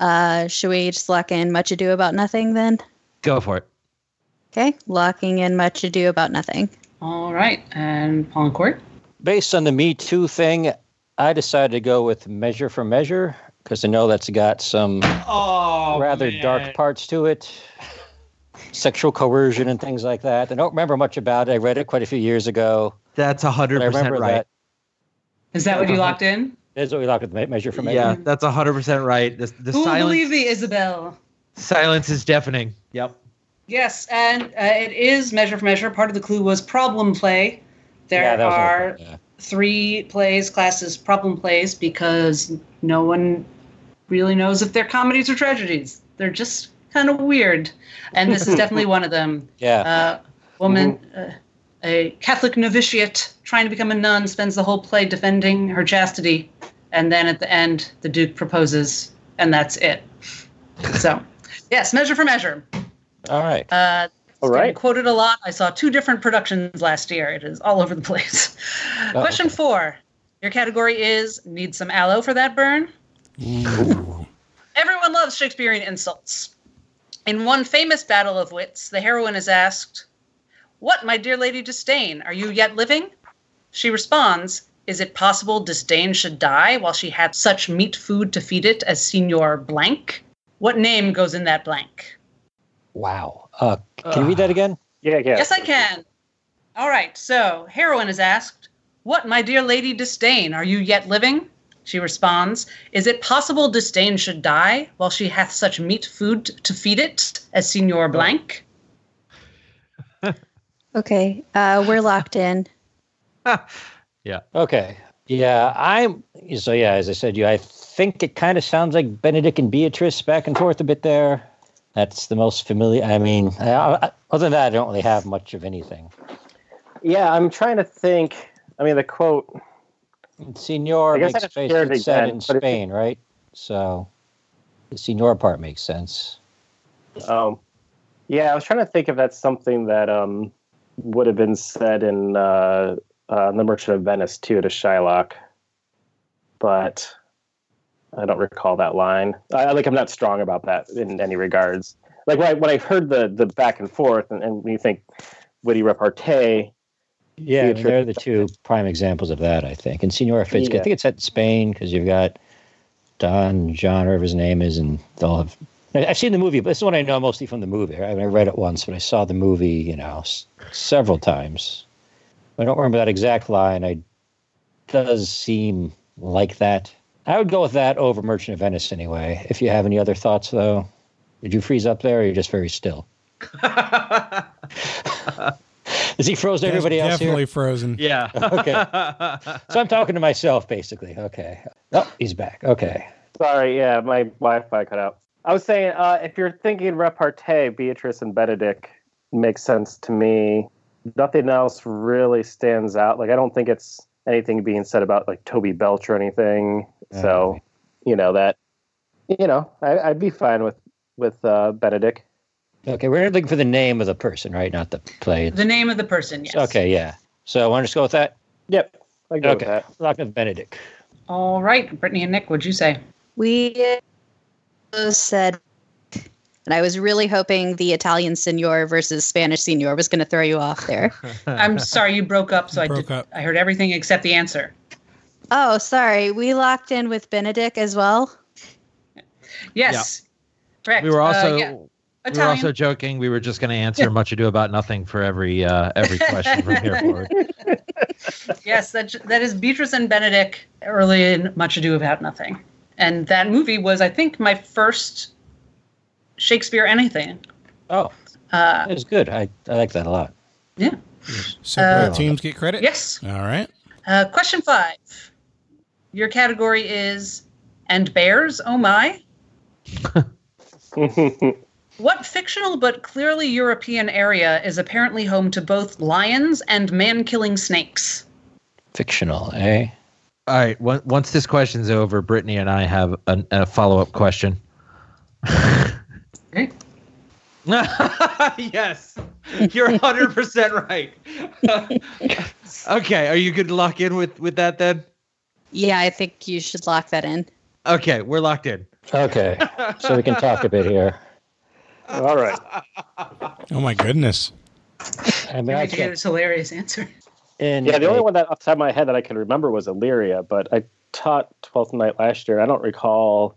S9: uh, should we just lock in Much Ado About Nothing then?
S10: Go for it.
S9: Okay, locking in Much Ado About Nothing.
S6: All right, and Palancourt?
S7: Based on the Me Too thing, I decided to go with Measure for Measure because I know that's got some
S6: Oh,
S10: Oh,
S7: rather dark parts to it sexual coercion and things like that. I don't remember much about it. I read it quite a few years ago.
S10: That's
S7: but I
S10: 100%
S7: remember
S10: right.
S7: that.
S6: Is that what you locked in?
S7: That's what we locked with me- Measure for Measure.
S10: Yeah, that's 100% right. The, the
S6: Who will
S10: silence,
S6: believe thee, Isabel?
S10: silence is deafening. Yep.
S6: Yes, and uh, it is measure for measure. Part of the clue was problem play. There
S10: Yeah, that was
S6: are three plays, classes, problem plays, because no one really knows if they're comedies or tragedies. They're just kind of weird. And this is definitely one of them.
S7: Yeah.
S6: Uh, woman, uh, a Catholic novitiate trying to become a nun, spends the whole play defending her chastity. And then at the end, the Duke proposes, and that's it. So, yes, measure for measure.
S7: All right.
S6: Uh, it's
S7: All
S6: been
S7: right.
S6: Quoted a lot. I saw two different productions last year. It is all over the place. Question four. Your category is need some aloe for that burn. Everyone loves Shakespearean insults. In one famous battle of wits, the heroine is asked, "What, my dear lady Disdain, are you yet living?" She responds, "Is it possible Disdain should die while she had such meat food to feed it as Signor Blank? What name goes in that blank?"
S7: Wow. Uh, can you read that again?
S8: Yeah, yeah.
S6: Yes, I can. All right, so heroine is asked, What, my dear lady Disdain, are you yet living? She responds, Is it possible Disdain should die while she hath such meat food to feed it as Signor
S10: Oh.
S6: Blank?
S9: Okay, uh, we're locked in.
S10: Yeah.
S7: Okay. Yeah, I'm. So yeah, as I said, you. I think it kind of sounds like Benedict and Beatrice back and forth a bit there. That's the most familiar. I mean, I, I, other than that, I don't really have much of anything.
S8: Yeah, I'm trying to think. I mean, the quote.
S7: Senor
S8: I guess
S7: makes
S8: I'd
S7: space.
S8: share it
S7: It's set
S8: again,
S7: in
S8: but it-
S7: Spain, right? So the senor part makes sense.
S8: Um, yeah, I was trying to think if that's something that um, would have been said in uh, uh, The Merchant of Venice too to Shylock, but I don't recall that line. I, like I'm not strong about that in any regards. Like when I, when I heard the the back and forth, and, and when you think witty repartee,
S7: Yeah, I mean,
S8: Theater.
S7: they're the two prime examples of that, I think. And Senora Fitz, I
S8: Yeah.
S7: think it's set in Spain because you've got Don John, whatever his name is, and they'll have. Now, I've seen the movie, but this is one I know mostly from the movie. I mean, I read it once, but I saw the movie, you know, s- several times. I don't remember that exact line. I does seem like that. I would go with that over Merchant of Venice anyway. If you have any other thoughts, though, did you freeze up there, or you're just very still? Is he frozen?
S4: Def-
S7: Everybody else
S4: definitely
S7: here?
S4: frozen.
S10: Yeah.
S7: okay. So I'm talking to myself, basically. Okay. Oh, he's back. Okay.
S8: Sorry, yeah, my Wi-Fi cut out. I was saying, uh, if you're thinking repartee, Beatrice and Benedict makes sense to me. Nothing else really stands out. Like I don't think it's anything being said about like Toby Belch or anything. So, you know that, you know, I, I'd be fine with with uh, Benedict.
S7: Okay. We're looking for the name of the person, right? Not the play.
S6: The name of the person, yes.
S7: Okay. Yeah. So I want to just go with that.
S8: Yep.
S7: Okay.
S8: go with
S7: Lock with Benedict.
S6: All right, Brittany and Nick, what'd you say?
S9: We uh, said, and I was really hoping the Italian senor versus Spanish senor was going to throw you off there.
S6: I'm sorry you broke up, so I did, I heard everything except the answer.
S9: Oh, sorry. We locked in with Benedict as well.
S6: Yes, correct.
S10: We were
S6: Uh,
S10: also
S6: yeah.
S10: we were
S6: Italian.
S10: also joking. We were just going to answer much ado about nothing for every uh, every question from here forward.
S6: yes, that that is Beatrice and Benedict early in Much Ado About Nothing, and that movie was, I think, my first Shakespeare anything.
S7: Oh,
S6: Uh,
S7: That was good. I, I like that a lot.
S6: Yeah.
S4: So
S6: Uh,
S4: both teams get credit?
S6: Yes.
S4: All right.
S6: Uh, question five. Your category is and bears. Oh my! What fictional but clearly European area is apparently home to both lions and man-killing snakes?
S7: Fictional, eh?
S10: All right. on- once this question's over, Brittany and I have an, a follow up question. yes, you're 100 percent right. okay, are you good to lock in with with that then?
S9: Yeah, I think you should lock that in.
S10: Okay, we're locked in.
S7: Okay. So we can talk a bit here.
S8: All right.
S4: Oh my goodness.
S7: I mean,
S6: Yeah,
S7: I
S6: it
S7: can't.
S6: was a hilarious answer.
S7: In
S8: yeah, the only
S7: a-
S8: one that off the top of my head that I can remember was Illyria, but I taught Twelfth Night last year. I don't recall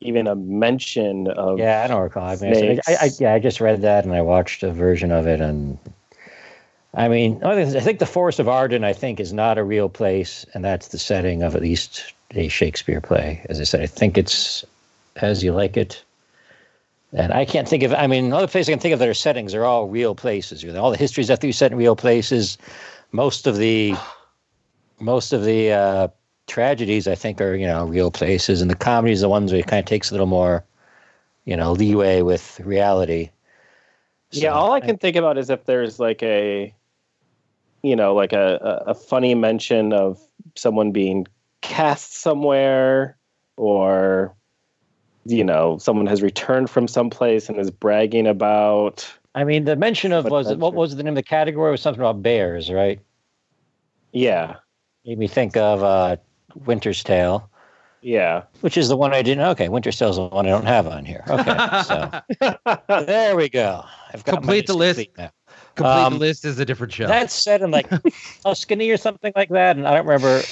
S8: even a mention of.
S7: Yeah, I don't recall. I mean, I, I,
S8: snakes.
S7: yeah, I just read that and I watched a version of it, and I mean, I think- I think the Forest of Arden, I think, is not a real place, and that's the setting of at least a Shakespeare play. As I said, I think it's as you like it, and I can't think of. I mean, the other places I can think of that are settings are all real places. You know, All the histories that you set in real places. Most of the, most of the uh, tragedies, I think, are you know real places, and the comedies, the ones where it kind of takes a little more you know leeway with reality.
S8: yeah, all I can think about is if there's like a, you know, like a, a a funny mention of someone being cast somewhere, or, you know, someone has returned from someplace and is bragging about.
S7: I mean, the mention of
S8: But
S7: was it,
S8: that's
S7: what
S8: it.
S7: was the name of the category? It was something about bears, right?
S8: Yeah,
S7: Made me think of uh, Winter's Tale,
S8: yeah.
S7: which is the one I didn't. Okay, Winter's Tale is the one I don't have on here. Okay, so there we go. I've got my
S10: Complete the
S7: list
S10: list.
S7: now.
S10: Complete
S7: Um,
S10: the list is a different show.
S7: That's said in like Tuscany or something like that, and I don't remember.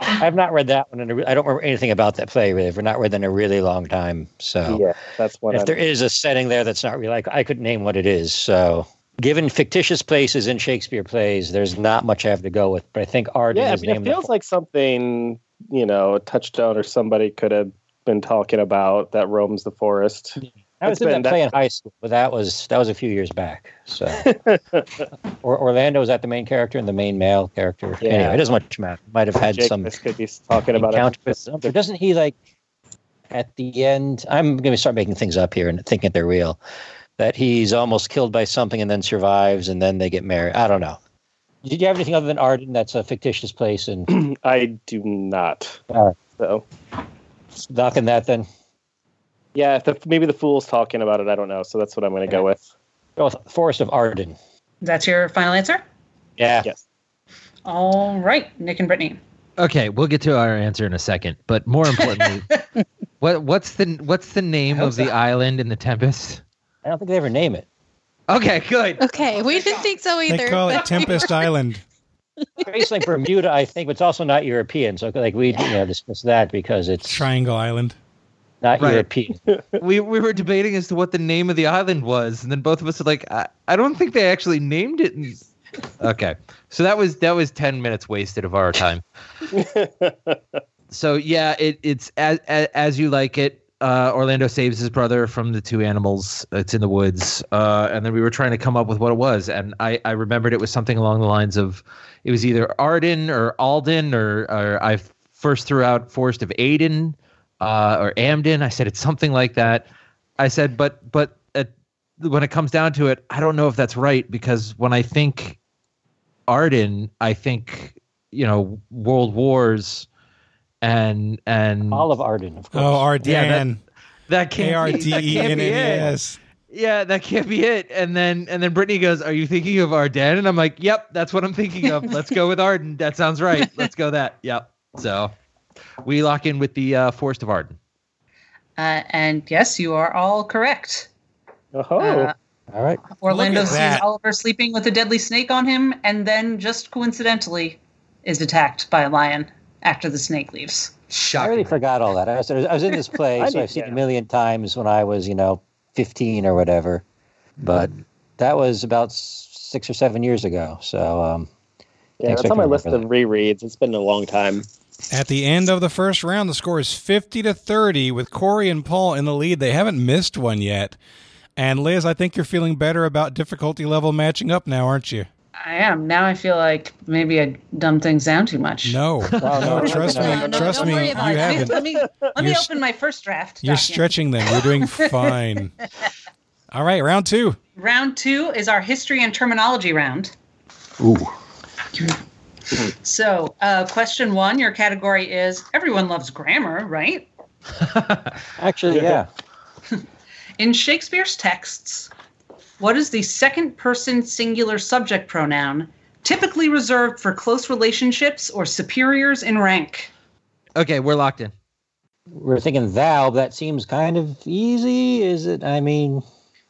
S7: I've not read that one, and I don't remember anything about that play. Really, I've not read that in a really long time. So
S8: Yeah, that's what.
S7: if
S8: I'm-
S7: there is a setting there that's not real, I, I could name what it is. So, given fictitious places in Shakespeare plays, there's not much I have to go with. But I think Arden
S8: yeah, I
S7: is
S8: mean, it
S7: named.
S8: feels like something you know, a touchdown or somebody could have been talking about that roams the forest.
S7: I was
S8: It's
S7: in
S8: been-
S7: that play in high school, but that was that was a few years back. So, or, Orlando was that the main character and the main male character.
S8: Yeah.
S7: Anyway, it doesn't much matter. Might have had
S8: Jake
S7: some
S8: Miss could be talking about
S7: encounter
S8: it.
S7: with something. Doesn't he like at the end? I'm going to start making things up here and thinking they're real. That he's almost killed by something and then survives, and then they get married. I don't know. Did you have anything other than Arden? That's a fictitious place, and
S8: I do not.
S7: All right.
S8: So
S7: knocking that then.
S8: yeah, if the, maybe the fool's talking about it. I don't know. So that's what I'm going to go with.
S7: Go with Oh, Forest of Arden.
S6: That's your final answer.
S7: Yeah.
S8: Yes.
S6: All right, Nick and Brittany.
S10: Okay, we'll get to our answer in a second, but more importantly, what what's the what's the name of the island in the Tempest?
S7: I don't think they ever name it.
S10: Okay, good.
S9: Okay, we didn't think so either.
S7: They call it
S9: but we
S7: Tempest
S9: were-
S4: Island.
S7: It's like Bermuda, I think, but it's also not European. So like we you know discuss that because it's
S4: Triangle Island,
S7: not
S10: Right.
S7: European.
S10: we we were debating as to what the name of the island was, and then both of us are like, I, I don't think they actually named it. in-" Okay, so that was that was ten minutes wasted of our time. so yeah, it it's as as, as you like it. Uh, Orlando saves his brother from the two animals. It's in the woods, uh, and then we were trying to come up with what it was, and I I remembered it was something along the lines of it was either Arden or Alden or or I first threw out Forest of Aden uh, or Amden. I said it's something like that. I said, but but at, when it comes down to it, I don't know if that's right because when I think Arden, I think you know World Wars and and
S7: all of Arden, of
S4: course. Oh, Arden.
S10: that, can't be-
S4: E
S10: that can't be it.
S4: A-R-D-E-N-N-E-S.
S10: Yeah, that can't be it. And then and then Brittany goes, "Are you thinking of Arden?" And I'm like, "Yep, that's what I'm thinking of. Let's go with Arden. That sounds right. Let's go that. Yep." So we lock in with the uh, Forest of Arden.
S6: Uh, and yes, you are all correct.
S8: Uh-huh.
S7: Oh,
S6: Uh,
S7: all right.
S6: Orlando sees
S7: that.
S6: Oliver sleeping with a deadly snake on him, and then just coincidentally is attacked by a lion after the snake leaves.
S7: I really forgot all that. I was, I was in this play,
S6: I
S7: so
S6: did,
S7: I've seen it a million times when I was, you know, 15 or whatever. But that was about s- six or seven years ago. So, um,
S8: Yeah,
S7: thanks
S8: that's
S7: for
S8: on my
S7: remembering
S8: list
S7: that.
S8: of rereads. It's been a long time.
S4: At the end of the first round, the score is 50 to 30 with Corey and Paul in the lead. They haven't missed one yet. And Liz, I think you're feeling better about difficulty level matching up now, aren't you?
S6: I am. Now I feel like maybe I dumbed things down too much.
S4: No, no, trust me, trust me, you haven't.
S6: Let me, let me
S4: You're-
S6: open my first draft.
S4: You're
S6: document.
S4: stretching them. You're doing fine. All right, round two.
S6: Round two is our history and terminology round.
S4: Ooh.
S6: So, uh, question one, your category is everyone loves grammar, right?
S7: Actually, yeah.
S6: In Shakespeare's texts, what is the second person singular subject pronoun typically reserved for close relationships or superiors in rank?
S10: Okay, we're locked in.
S7: We're thinking thou, but that seems kind of easy. Is it? I mean,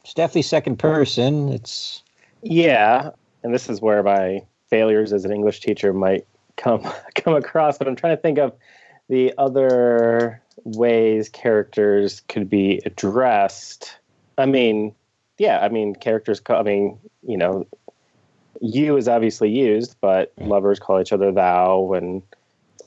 S7: it's definitely second person. It's
S8: Yeah, and this is where my failures as an English teacher might come come across. But I'm trying to think of the other ways characters could be addressed. I mean, yeah, I mean characters. Call, I mean, you know, you is obviously used, but
S7: Mm-hmm.
S8: lovers call each other thou and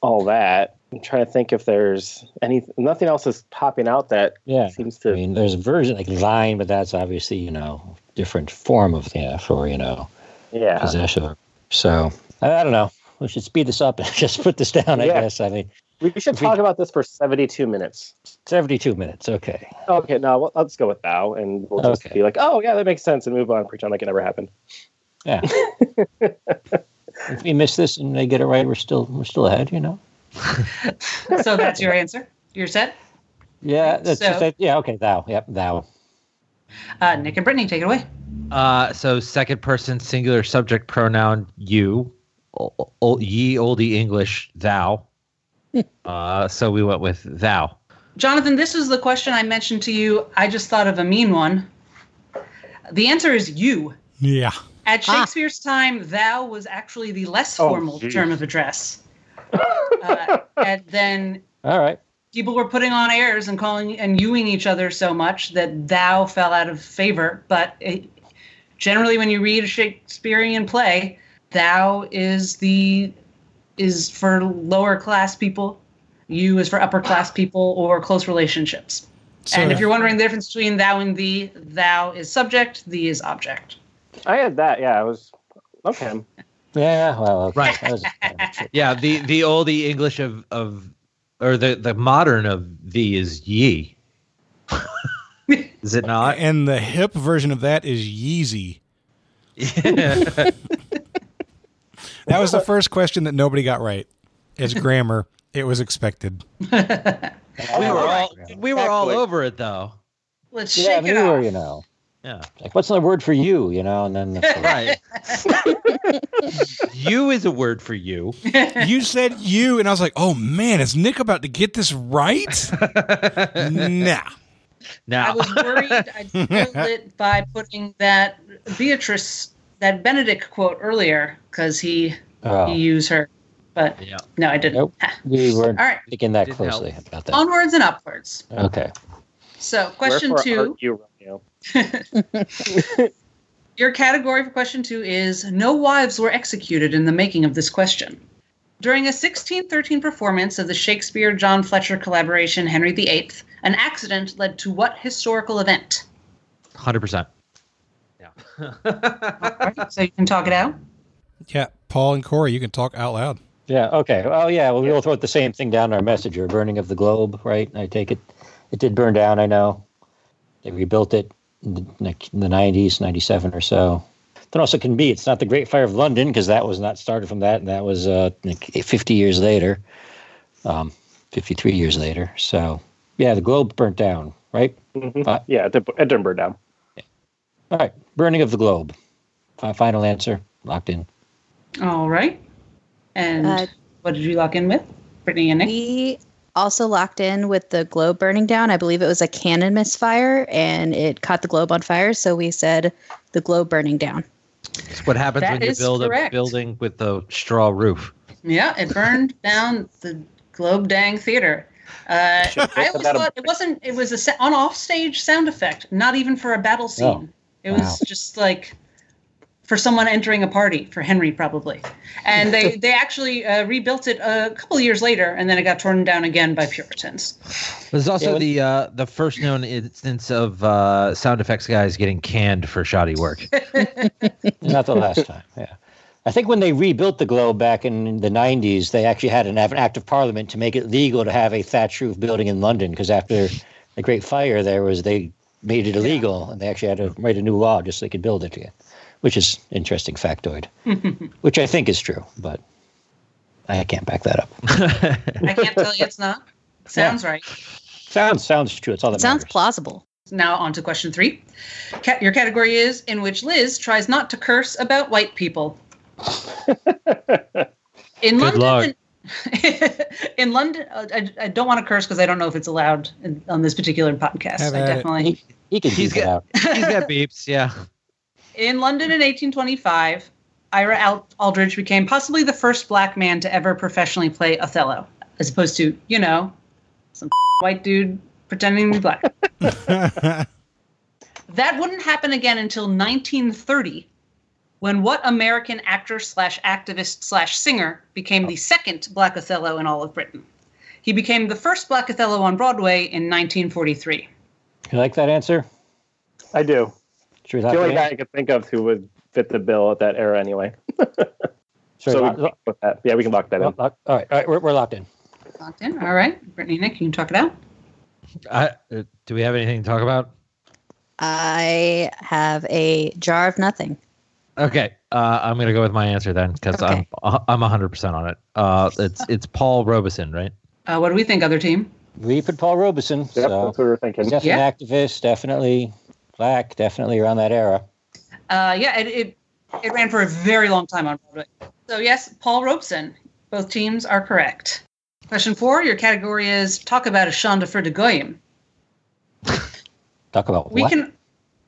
S8: all that. I'm trying to think if there's any nothing else is popping out that
S7: yeah.
S8: seems
S7: I mean, there's a version like thine, but that's obviously you know different form of yeah for you know
S8: yeah
S7: possession. So I, I don't know. We should speed this up and just put this down. I
S8: Yeah.
S7: guess. I mean,
S8: We should talk about this for 72 minutes.
S7: 72 minutes. Okay.
S8: Okay, no, well, let's go with thou, and we'll just
S7: Okay.
S8: be like, oh, yeah, that makes sense, and move on, pretend like it never happened.
S7: Yeah. if we miss this and they get it right, we're still we're still ahead. You know.
S6: So that's your answer. You're set.
S7: Yeah. That's,
S6: So-
S7: that- yeah. Okay. Thou. Yep. Thou.
S6: Uh, Nick and Brittany, take it away.
S10: Uh, so second person singular subject pronoun you, o- o- ye oldie English thou. uh, so we went with thou.
S6: Jonathan, this was the question I mentioned to you. I just thought of a mean one. The answer is you.
S4: Yeah.
S6: At Shakespeare's time, thou was actually the less
S4: Oh,
S6: formal
S4: geez.
S6: term of address. uh, and then
S7: All right.
S6: people were putting on airs and calling and ewing each other so much that thou fell out of favor. But it, generally, when you read a Shakespearean play, thou is the is for lower class people, you is for upper class people or close relationships.
S8: So-
S6: and if you're wondering the difference between thou and thee, thou is subject, thee is object.
S8: I had that, yeah, I was, okay.
S7: Yeah. Well. Okay.
S10: Right.
S7: That was-
S10: yeah, the the oldie English of of or the the modern of thee is ye. is it not?
S4: uh, And the hip version of that is Yeezy. That was the first question that nobody got right. It's grammar. It was expected.
S10: we were all we were all over it though.
S6: Let's
S7: yeah.
S6: shake
S7: We
S6: it off.
S7: were. You know.
S10: Yeah.
S7: Like, what's the word for you? You know, and then.
S10: right. you is a word for you.
S4: you said you, and I was like, oh man, is Nick about to get this right? nah.
S10: Now,
S6: I was worried I'd spoil it by putting that Beatrice, that Benedict quote earlier, because he
S7: Oh.
S6: he used her. But
S10: Yeah.
S6: no, I didn't.
S7: Nope. Oh, We weren't
S6: All right. Oh.
S7: thinking that
S6: Didn't
S7: closely about that.
S6: Onwards and upwards.
S7: Okay.
S6: So, question
S8: Wherefore
S6: two.
S8: art you, Romeo?
S6: Your category for question two is No wives were executed in the making of this question. During a 1613 performance of the Shakespeare John Fletcher collaboration Henry VIII, an accident led to what historical event?
S10: hundred percent.
S6: so you can talk it out.
S4: Yeah, Paul and Corey, you can talk out loud.
S7: Yeah. Okay. Oh, yeah. Well, we all wrote the same thing down in our messenger burning of the globe, right? I take it. It did burn down, I know. They rebuilt it in the, like, in the 90s, 97 or so. Then also can be it's not the Great Fire of London because that was not started from that, and that was uh, like 50 years later, um, 53 years later. So, yeah, the globe burnt down, right? Uh,
S8: Mm-hmm. yeah, it did, it didn't burn down.
S7: All right. Burning of the globe. Fi- Final answer. Locked in.
S6: All right. And
S9: Uh,
S6: what did you lock in with? Brittany and Nick?
S9: We also locked in with the globe burning down. I believe it was a cannon misfire and it caught the globe on fire. So we said the globe burning down.
S10: It's what happens
S6: That
S10: when you
S6: is
S10: build a
S6: correct.
S10: building with a straw roof.
S6: Yeah, it burned down the Globe Dang Theater. Uh,
S10: Should we
S6: I
S10: put
S6: always
S10: that a-
S6: thought it wasn't. It was a se- on off stage sound effect, not even for a battle scene.
S7: Oh,
S6: It was
S7: wow.
S6: just like for someone entering a party for Henry probably. And they they actually uh, rebuilt it a couple years later, and then it got torn down again by Puritans.
S10: There's also
S6: Yeah,
S10: the uh, the first known instance of uh, sound effects guys getting canned for shoddy work.
S7: Not the last time. Yeah. I think when they rebuilt the globe back in the 90s, they actually had an, an act of parliament to make it legal to have a thatch roof building in London because after the Great Fire, there was they made it illegal and they actually had to write a new law just so they could build it again, which is interesting factoid, which I think is true, but I can't back that up.
S6: I can't tell you it's not. Sounds right.
S7: sounds sounds true. It's all that
S6: Sounds
S7: matters.
S9: plausible.
S6: Now on to question three. Ca- your category is in which Liz tries not to curse about white people. in London, in London, uh, I, I don't want to curse because I don't know if it's allowed in, on this particular podcast.
S10: Have
S6: I
S10: at it.
S6: definitely
S7: He can
S10: He's
S7: beep it out.
S10: He's got beeps, yeah.
S6: in London in 1825, Ira Al- Aldridge became possibly the first black man to ever professionally play Othello, as opposed to you know some white dude pretending to be black. That wouldn't happen again until 1930, when what American actor slash activist slash singer became the second Black Othello in all of Britain? He became the first Black Othello on Broadway in 1943.
S7: You like that answer?
S8: I do.
S7: Should we
S8: The
S7: lock
S8: only
S7: it
S8: guy
S7: in?
S8: I could think of who would fit the bill at that era, anyway.
S7: Sorry,
S8: so we
S7: lock-
S8: can lock with that. yeah, we can lock that in.
S7: lock- all right, all right, we're, we're locked in.
S6: Locked in. All right, Brittany, Nick, you can talk it out.
S10: I, uh, do we have anything to talk about?
S9: I have a jar of nothing.
S10: Okay, uh, I'm gonna go with my answer then because I'm I'm 100 percent on it. Uh, it's it's Paul Robeson, right?
S6: Uh, what do we think, other team?
S7: We put Paul Robeson. so
S8: that's what we were thinking.
S7: He's definitely an activist, definitely black, definitely around that era.
S6: Uh, yeah, it, it it ran for a very long time on Broadway. So yes, Paul Robeson. Both teams are correct. Question four. Your category is talk about a Shonda for de Goyim.
S7: Talk about
S6: We
S7: what?
S6: can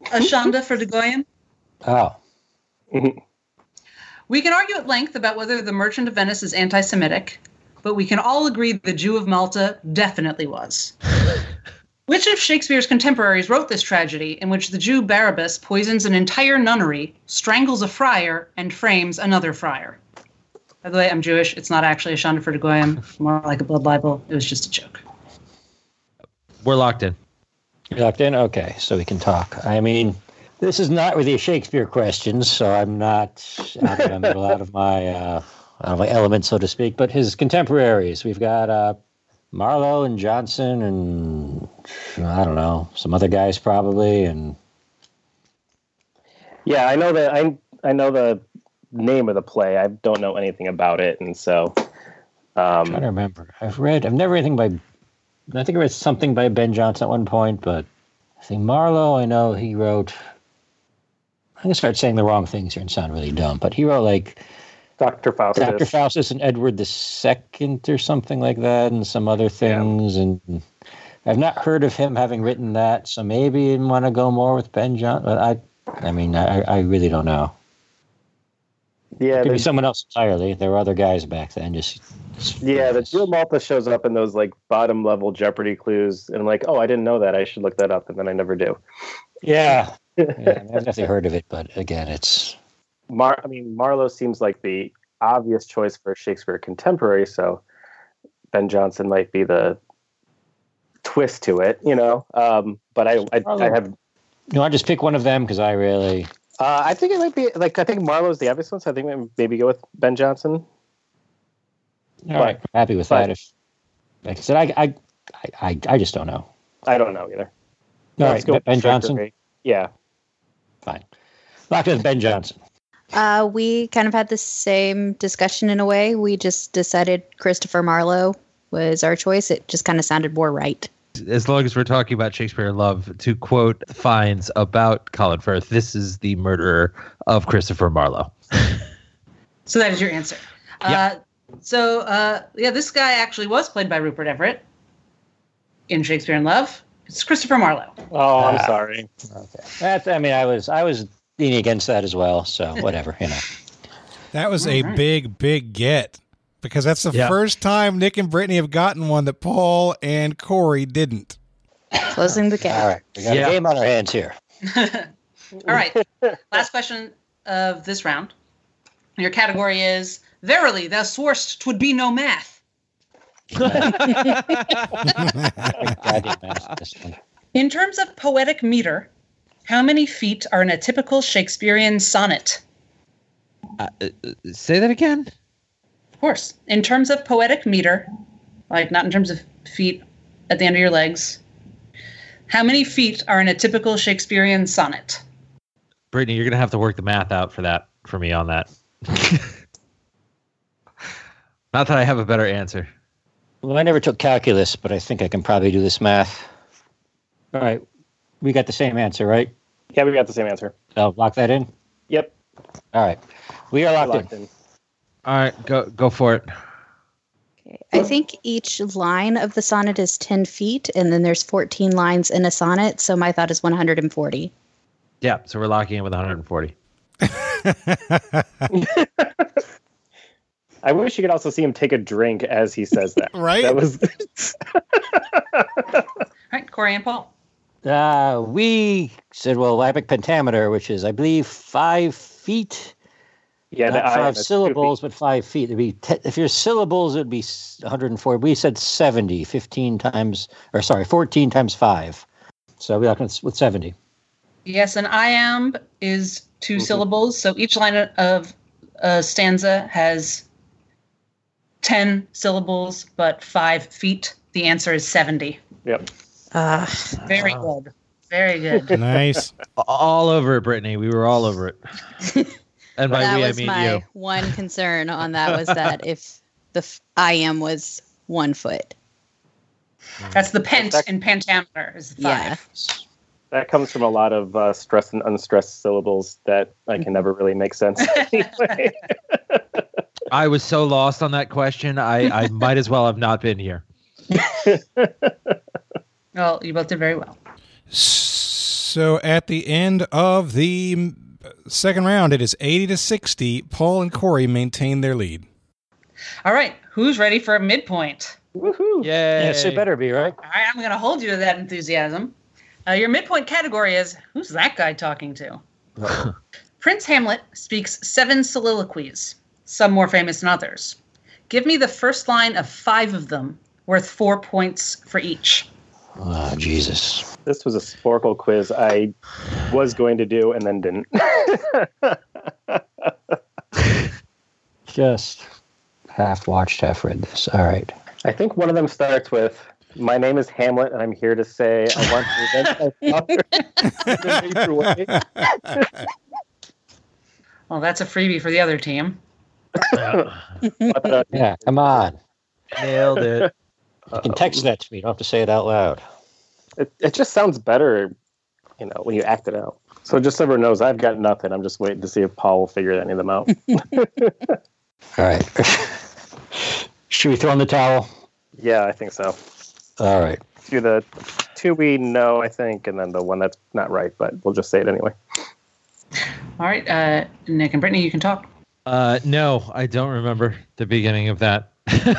S6: a Shonda for de Goyim.
S7: Oh,
S6: We can argue at length about whether the Merchant of Venice is anti Semitic, but we can all agree the Jew of Malta definitely was. which of Shakespeare's contemporaries wrote this tragedy in which the Jew Barabbas poisons an entire nunnery, strangles a friar, and frames another friar? By the way, I'm Jewish. It's not actually a Shonda for de Goyim, more like a blood libel. It was just a joke.
S10: We're locked in.
S7: you're locked in? Okay, so we can talk. I mean, this is not really a Shakespeare question, so I'm not out of, my- out of my uh, out of my element, so to speak. But his contemporaries, we've got uh, Marlowe and Johnson, and I don't know some other guys probably, and
S8: Yeah, I know the I I know the name of the play. I don't know anything about it, and so
S7: I'm trying to
S8: um,
S7: remember. I've read. I've never read anything by. I think I read something by Ben Johnson at one point, but I think Marlowe. I know he wrote. I'm gonna start saying the wrong things here and sound really dumb, but he wrote like
S8: Dr. Faustus.
S7: Dr. Faustus and Edward the Second or something like that, and some other things. And I've not heard of him having written that, so maybe you want to go more with Ben John. But I, I mean, I, I really don't know.
S8: Yeah,
S7: Could be
S8: the-
S7: someone else entirely. There were other guys back then. Just
S8: Yeah, the Jill Malta shows up in those like bottom level Jeopardy clues, and I'm like, oh, I didn't know that. I should look that up, and then I never do.
S7: yeah, yeah I've definitely heard of it, but again, it's
S8: Mar- I mean, Marlowe seems like the obvious choice for a Shakespeare contemporary, so Ben Jonson might be the twist to it, you know. Um, but I, I, I have,
S7: you want to just pick one of them because I really
S8: uh, I think it might be like I think Marlowe's the obvious one, so I think we maybe go with Ben Jonson.
S7: all right, I'm happy with that. If like I said, I, I, I, I- I just don't know.
S8: I don't know either.
S7: All
S8: Let's
S7: right,
S8: go
S7: Ben-
S8: with
S7: Ben
S8: Trigger
S7: Johnson?
S8: Bait. Yeah.
S7: Fine. Locked with Ben Johnson.
S9: Uh, we kind of had the same discussion in a way. We just decided Christopher Marlowe was our choice. It just kind of sounded more right.
S10: As long as we're talking about Shakespeare in Love, to quote Fines about Colin Firth, this is the murderer of Christopher Marlowe.
S6: So that is your answer. Uh, so uh, yeah, this guy actually was played by Rupert Everett in Shakespeare in Love. It's Christopher Marlowe.
S8: Oh, I'm
S7: Ah.
S8: sorry.
S7: Okay. That's, I mean, I was I was leaning against that as well. So whatever, you know.
S4: That was a
S7: All right.
S4: big, big get because that's the
S7: Yeah.
S4: first time Nick and Brittany have gotten one that Paul and Corey didn't.
S9: Closing the gap.
S7: All right, we got
S4: Yeah.
S7: a game on our hands here.
S6: All right. Last question of this round. Your category is Verily, thou sworst 'twould be no math.
S7: Goddamn mess, this one.
S6: In terms of poetic meter, how many feet are in a typical Shakespearean sonnet?
S10: Uh, uh, uh, say that again?
S6: Of course. In terms of poetic meter, like not in terms of feet at the end of your legs, how many feet are in a typical Shakespearean sonnet?
S10: Brittany, you're going to have to work the math out for that, for me on that. Not that I have a better answer.
S7: Well, I never took calculus, but I think I can probably do this math. All right, we got the same answer, right?
S8: Yeah, we got the same answer.
S7: So lock that in.
S8: Yep.
S7: All right, we are locked, in.
S10: All right, go go for it.
S9: I think each line of the sonnet is 10 feet, and then there's 14 lines in a sonnet. So my thought is 140.
S10: Yeah, so we're locking in with 140.
S8: I wish you could also see him take a drink as he says that.
S4: right?
S8: That was
S6: All right, Corey and Paul.
S7: Uh, we said, well, epic pentameter, which is, I believe, five feet.
S8: Yeah, the
S7: not
S8: I
S7: five
S8: is two
S7: syllables, but five feet. It'd be te- if your syllables, it'd be s- 104. We said 70, 15 times, or sorry, 14 times five. So we are looking with 70.
S6: Yes, an iamb is 2 syllables, so each line of a stanza has 10 syllables but 5 feet. The answer is 70.
S8: Yep.
S9: Uh,
S6: Very good. Very good.
S10: all over it, Brittany. We were all over it. And by
S9: that
S10: we, I
S9: was
S10: mean
S9: my
S10: you.
S9: one concern on that was that if the f- IM was one foot.
S6: That's the pent in pentameter is the 5.
S9: Yeah.
S8: that comes from a lot of uh, stressed and unstressed syllables that I can never really make sense.
S10: I was so lost on that question. I, I might as well have not been here.
S6: Well, you both did very well.
S4: So at the end of the mm, second round, it is 80 to 60. Paul and Corey maintain their lead.
S6: All right, who's ready for a midpoint?
S8: Woohoo.
S10: Yes,
S7: it better be, right?
S6: All right, I'm going to hold you to that enthusiasm. Uh, your midpoint category is who's that guy talking to? Prince Hamlet speaks seven soliloquies, some more famous than others. Give me the first line of five of them, worth four points for each.
S7: Oh, Jesus.
S8: this was a Sporkle quiz I was going to do and then didn't.
S7: Just half watched, half read this. All right.
S8: I think one of them starts with, "My name is Hamlet, and I'm here to say I want to revenge my father." in a major way."
S6: Well, that's a freebie for the other team.
S7: Yeah, come on.
S10: Nailed it.
S7: You can text that to me. You don't have to say it out loud.
S8: it, it just sounds better, you know, when you act it out. So just so everyone knows, I've got nothing. I'm just waiting to see if Paul will figure any of them out.
S7: All right. Should we throw in the towel?
S8: yeah, I think so.
S7: All right.
S8: Do the two we know, I think, and then the one that's not right, but we'll just say it anyway.
S6: All right, uh, Nick and Brittany, you can talk.
S10: Uh, no, I don't remember the beginning of that.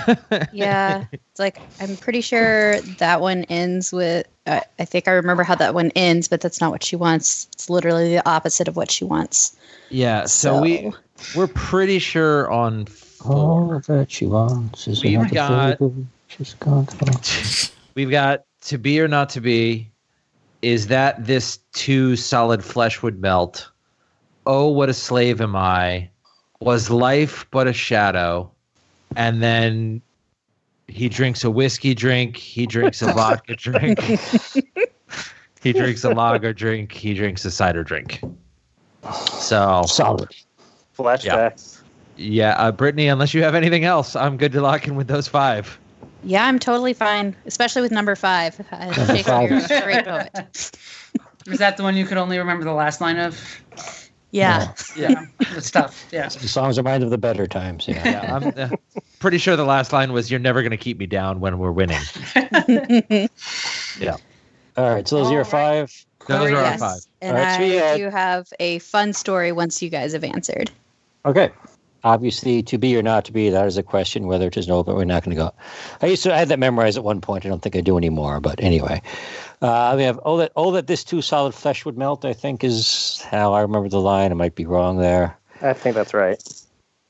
S9: yeah it's like i'm pretty sure that one ends with uh, i think i remember how that one ends but that's not what she wants it's literally the opposite of what she wants
S10: Yeah, so,
S9: So-
S10: we we're pretty sure on
S7: All that she wants Oh, is
S10: We've
S7: another
S10: got-
S7: baby. She's gone.
S10: we've got to be or not to be. Is that this too solid flesh would melt? Oh, what a slave am I! Was life but a shadow? And then he drinks a whiskey drink. He drinks a vodka drink. He drinks a lager drink. He drinks a cider drink. So
S7: solid.
S8: Flashbacks.
S10: Yeah, uh, Brittany. Unless you have anything else, I'm good to lock in with those five.
S9: yeah i'm totally fine especially with number five I
S10: Number
S9: shake your
S10: five.
S9: straight poet.
S6: Is that the one you could only remember the last line of?
S9: yeah
S6: Yeah, it's tough. Yeah.
S7: The songs are mine of the better times. Yeah.
S10: yeah, I'm uh, pretty sure the last line was "You're never going to keep me down when we're winning." yeah,
S7: All right. So those are your five.
S10: those are our
S9: Yes.
S10: five.
S9: and
S7: All right, so
S9: i
S7: yeah.
S9: do have a fun story once you guys have answered
S7: Okay. Obviously, to be or not to be, that is a question whether it is no, but we're not going to go. I used to I had that memorized at one point. I don't think I do anymore, but anyway. Uh, we have oh that oh that this too solid flesh would melt. I think is how I remember the line. I might be wrong there.
S8: I think that's right.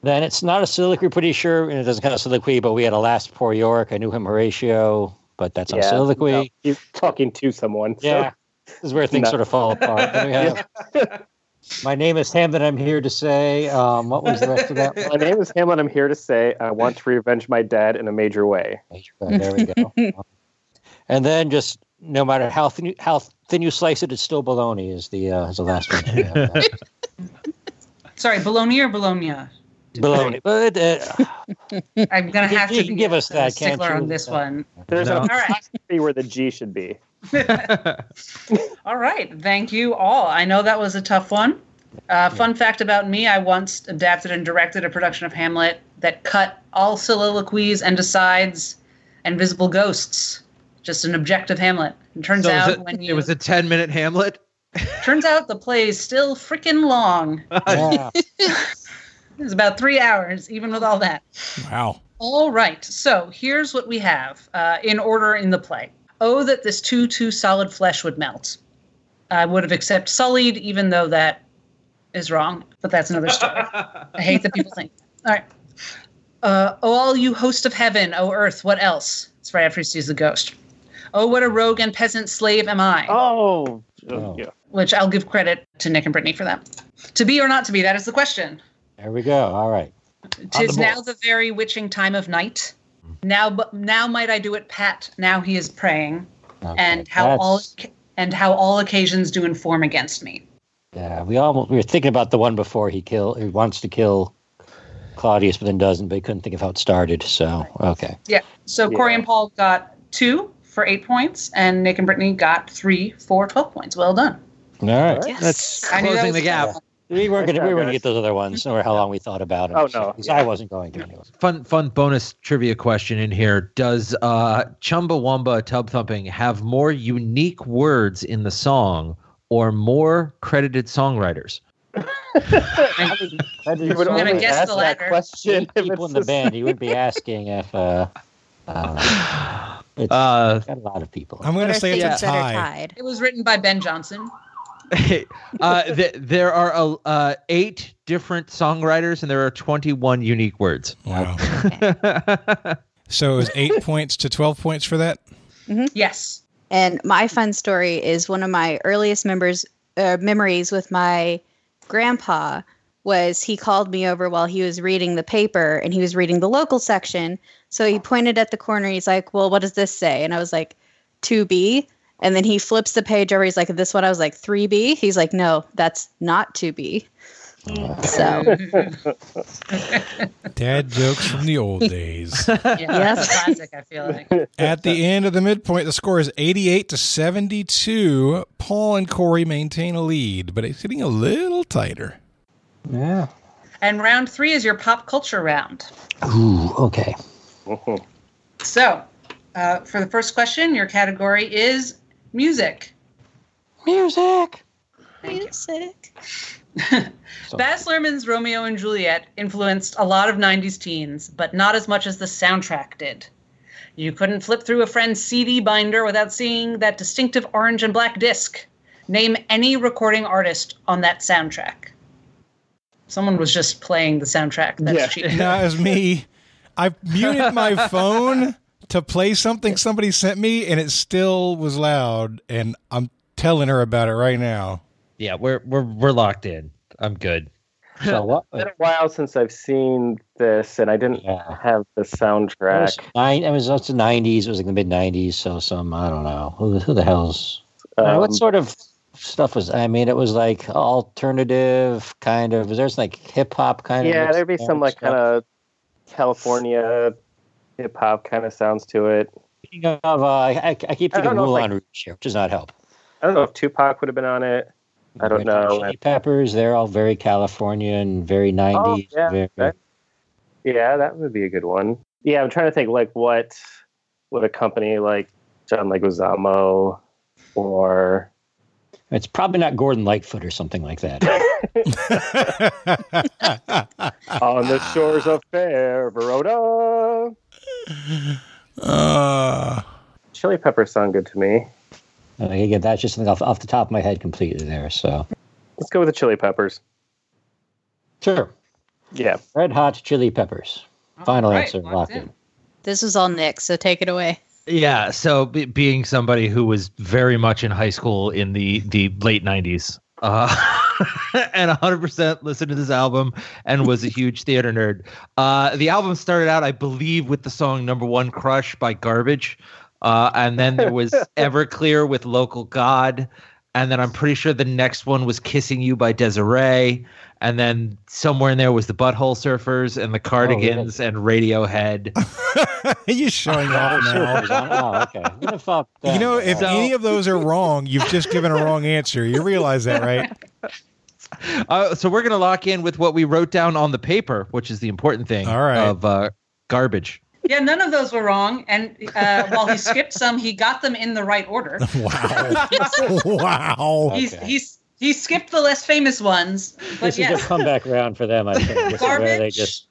S7: Then it's not a soliloquy, pretty sure, and it doesn't count as soliloquy. But we had a last poor York. I knew him Horatio, but that's not a soliloquy.
S8: no, you're talking to someone. so-
S7: Yeah. This is where things
S8: No.
S7: sort of fall apart. Then we have, My name is Ham, and I'm here to say. Um, what was the rest of that?
S8: My name is Hamlin. I'm here to say I want to revenge my dad in a major way.
S7: Right, there we go. Um, and then just no matter how thin you, how thin you slice it, it's still bologna is the uh, is the last one. Yeah, yeah.
S6: Sorry, Bologna or Bologna?
S7: bologna. But uh,
S6: I'm gonna have
S7: you
S6: to
S7: can
S6: be
S7: give us
S6: a
S7: that, can't
S6: stickler
S7: you?
S6: on this one.
S8: There's
S6: All
S8: an
S6: right,
S8: apostrophe where the G should be.
S6: all right. Thank you all. I know that was a tough one. Uh, fun fact about me: I once adapted and directed a production of Hamlet that cut all soliloquies and asides and visible ghosts. Just an objective Hamlet. And turns
S10: So it was
S6: out
S10: a-
S6: when you
S10: it was a ten-minute Hamlet.
S6: turns out the play is still freaking long.
S7: yeah.
S6: It's about three hours, even with all that.
S4: Wow.
S6: All right. So here's what we have uh, in order in the play. Oh, that this too too solid flesh would melt. I would have accepted sullied, even though that is wrong. But that's another story. I hate that people think. All right. Uh, oh, all you host of heaven, oh earth, what else? It's right after he sees the ghost. Oh, what a rogue and peasant slave am I.
S8: Oh, yeah.
S6: Which I'll give credit to Nick and Brittany for that. To be or not to be, that is the question.
S7: There we go. All right. On
S6: Tis
S7: the
S6: now
S7: ball.
S6: the very witching time of night. Now, but now might I do it, Pat. Now he is praying, and how all and how all occasions do inform against me.
S7: Yeah, we almost we were thinking about the one before he kill he wants to kill Claudius, but then doesn't. But he couldn't think of how it started. So okay.
S6: Yeah. So Corey
S7: Yeah.
S6: and Paul got two for eight points, and Nick and Brittany got three for twelve points. Well done.
S7: All right.
S6: Yes.
S7: That's
S6: I knew that Closing was the
S10: gap.
S7: We weren't gonna we
S10: job,
S7: weren't gonna
S10: guys.
S7: get those other ones, no matter how long we thought about it.
S10: Oh, no.
S7: I wasn't going to anyway.
S10: Fun, fun bonus trivia question in here. Does uh, Chumbawamba Tub Thumping have more unique words in the song or more credited songwriters?
S7: You
S6: would I'm gonna only guess ask the that latter. question
S7: Eight people in the band. You would be asking if uh, uh, it's got a lot of people.
S4: I'm gonna say it's a tie.
S9: tied.
S6: It was written by Ben Johnson.
S10: uh, th- there are uh, uh, eight different songwriters and there are 21 unique words.
S4: Wow. So it was eight points to twelve points for that.
S6: Yes.
S9: And my fun story is one of my earliest members uh, memories with my grandpa was he called me over while he was reading the paper and he was reading the local section. So he pointed at the corner. He's like, "Well, what does this say?" And I was like, "2B." And then he flips the page over. He's like, "This one." I was like, "3B." He's like, "No, that's not 2B."
S7: Hmm.
S9: So,
S4: Dad jokes from the old days.
S9: yes.
S13: Classic, I feel like.
S4: At the end of the midpoint, the score is 88 to 72. Paul and Corey maintain a lead, but it's getting a little tighter.
S7: Yeah.
S6: And round three is your pop culture round.
S7: Ooh, okay.
S6: So, uh, for the first question, your category is music.
S7: Music.
S9: Music.
S6: Baz Luhrmann's Romeo and Juliet influenced a lot of 90s teens, but not as much as the soundtrack did. You couldn't flip through a friend's CD binder without seeing that distinctive orange and black disc. Name any recording artist on that soundtrack. Someone was just playing the soundtrack. That's cheap.
S4: Now, as me, I muted my phone to play something somebody sent me, and it still was loud. And I'm telling her about it right now.
S10: Yeah, we're we're we're locked in. I'm good.
S7: So what? uh,
S8: It's been a while since I've seen this, and I didn't have the
S7: It was,
S8: soundtrack.
S7: nine, it was that's the 90s. It was like the mid 90s. So some, I don't know. Who, who the hell's. Uh,
S8: Um,
S7: what sort of stuff was. I mean, it was like alternative kind of. Was there some like hip hop kind of.
S8: yeah,
S7: mixed
S8: there'd be some
S7: marriage
S8: like
S7: stuff?
S8: kind of California hip hop kind of sounds to it.
S7: Speaking of, uh, I, I keep
S8: I
S7: thinking
S8: don't know if,
S7: Moulin
S8: like-
S7: Rouge here, which does not help.
S8: I don't know if Tupac would have been on it. I don't know. Oh,
S7: Chili Peppers, they're all very California and very 90s.
S8: yeah,
S7: very-
S8: that- Yeah, that would be a good one. Yeah, I'm trying to think like what would a company like John Leguizamo or
S7: It's probably not Gordon Lightfoot or something like that.
S8: on the shores of fair Verona.
S4: Uh,
S8: Chili Pepper sound good to me.
S7: Uh, Again, that's just something off, off the top of my head completely there. So,
S8: Let's go with the Chili Peppers.
S7: sure.
S8: Yeah.
S7: Red Hot Chili Peppers. Final
S9: right,
S7: answer locked in.
S9: This was all Nick, so take it away.
S10: Yeah. So be, being somebody who was very much in high school in the the late '90s, uh, and 100% listened to this album and was a huge theater nerd. Uh, the album started out, I believe, with the song "Number One Crush" by Garbage, uh, and then there was "Everclear" with Local God, and then I'm pretty sure the next one was "Kissing You" by Desiree. And then somewhere in there was the Butthole Surfers and the Cardigans and Radiohead.
S4: you showing off now.
S7: oh, okay. What the fuck?
S4: You know, if any of those are wrong, you've just given a wrong answer. You realize that, right?
S10: Uh, so we're going to lock in with what we wrote down on the paper, which is the important thing All right. of uh, garbage.
S6: Yeah, none of those were wrong. And uh, while he skipped some, he got them in the right order.
S4: Wow. wow.
S6: He's, he's, he skipped the less famous ones. But
S7: this is a
S6: yes,
S7: comeback round for them, I think. This is where they
S6: Garbage.
S7: just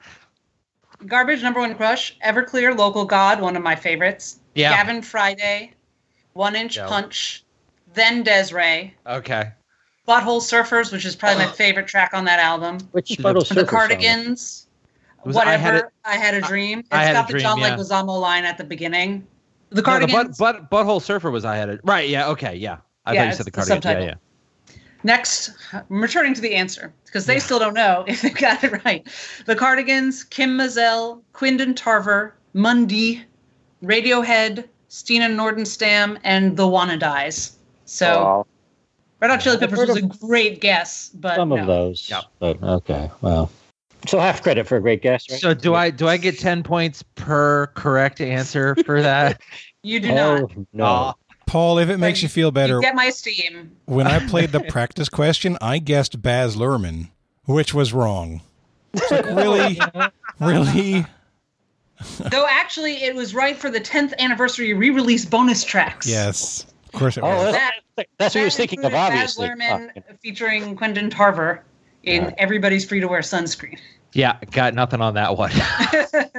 S6: Garbage, number one crush, Everclear, Local God, one of my favorites.
S10: Yeah.
S6: Gavin Friday, One Inch
S10: Yeah.
S6: Punch, then Desiree,
S10: Okay.
S6: Butthole Surfers, which is probably my favorite track on that album.
S7: Which
S10: Butthole Surfers
S6: The
S10: song?
S6: Cardigans,
S10: It was I
S6: whatever.
S10: Had a-
S6: I had a dream. It's
S10: I Had a
S6: got the
S10: Dream,
S6: John
S10: yeah.
S6: Leguizamo line at the beginning. The
S10: No,
S6: Cardigans.
S10: butt, butt, butthole surfer was I had it. Right. Yeah. Okay. Yeah. I
S6: Yeah,
S10: thought you
S6: it's
S10: said the
S6: the
S10: cardigan. yeah.
S6: subtitle.
S10: Yeah.
S6: Next, I'm returning to the answer because they still don't know if they got it right. The Cardigans, Kim Mazel, Quindon Tarver, Mundy, Radiohead, Stina Nordenstam, and the Wannadies. So, Red Hot Chili Peppers was a great guess, but
S7: some
S6: no.
S7: of those. But okay, well. So half credit for a great guess, right?
S10: So do I? Do I get ten points per correct answer for that?
S6: you do
S7: oh,
S6: not.
S7: no.
S10: Aw.
S4: Paul, if it makes you feel better,
S6: You get my esteem.
S4: when I played the practice question, I guessed Baz Luhrmann, which was wrong. It's like, really? Really?
S6: Though actually, it was right for the 10th anniversary re-release bonus tracks.
S4: Yes. Of course it
S7: Oh,
S4: was.
S6: That-
S7: That's what
S6: That
S7: you're thinking of,
S6: included Baz
S7: obviously.
S6: Luhrmann featuring Quentin Tarver in Everybody's Free to Wear Sunscreen.
S10: Yeah. Got nothing on that one.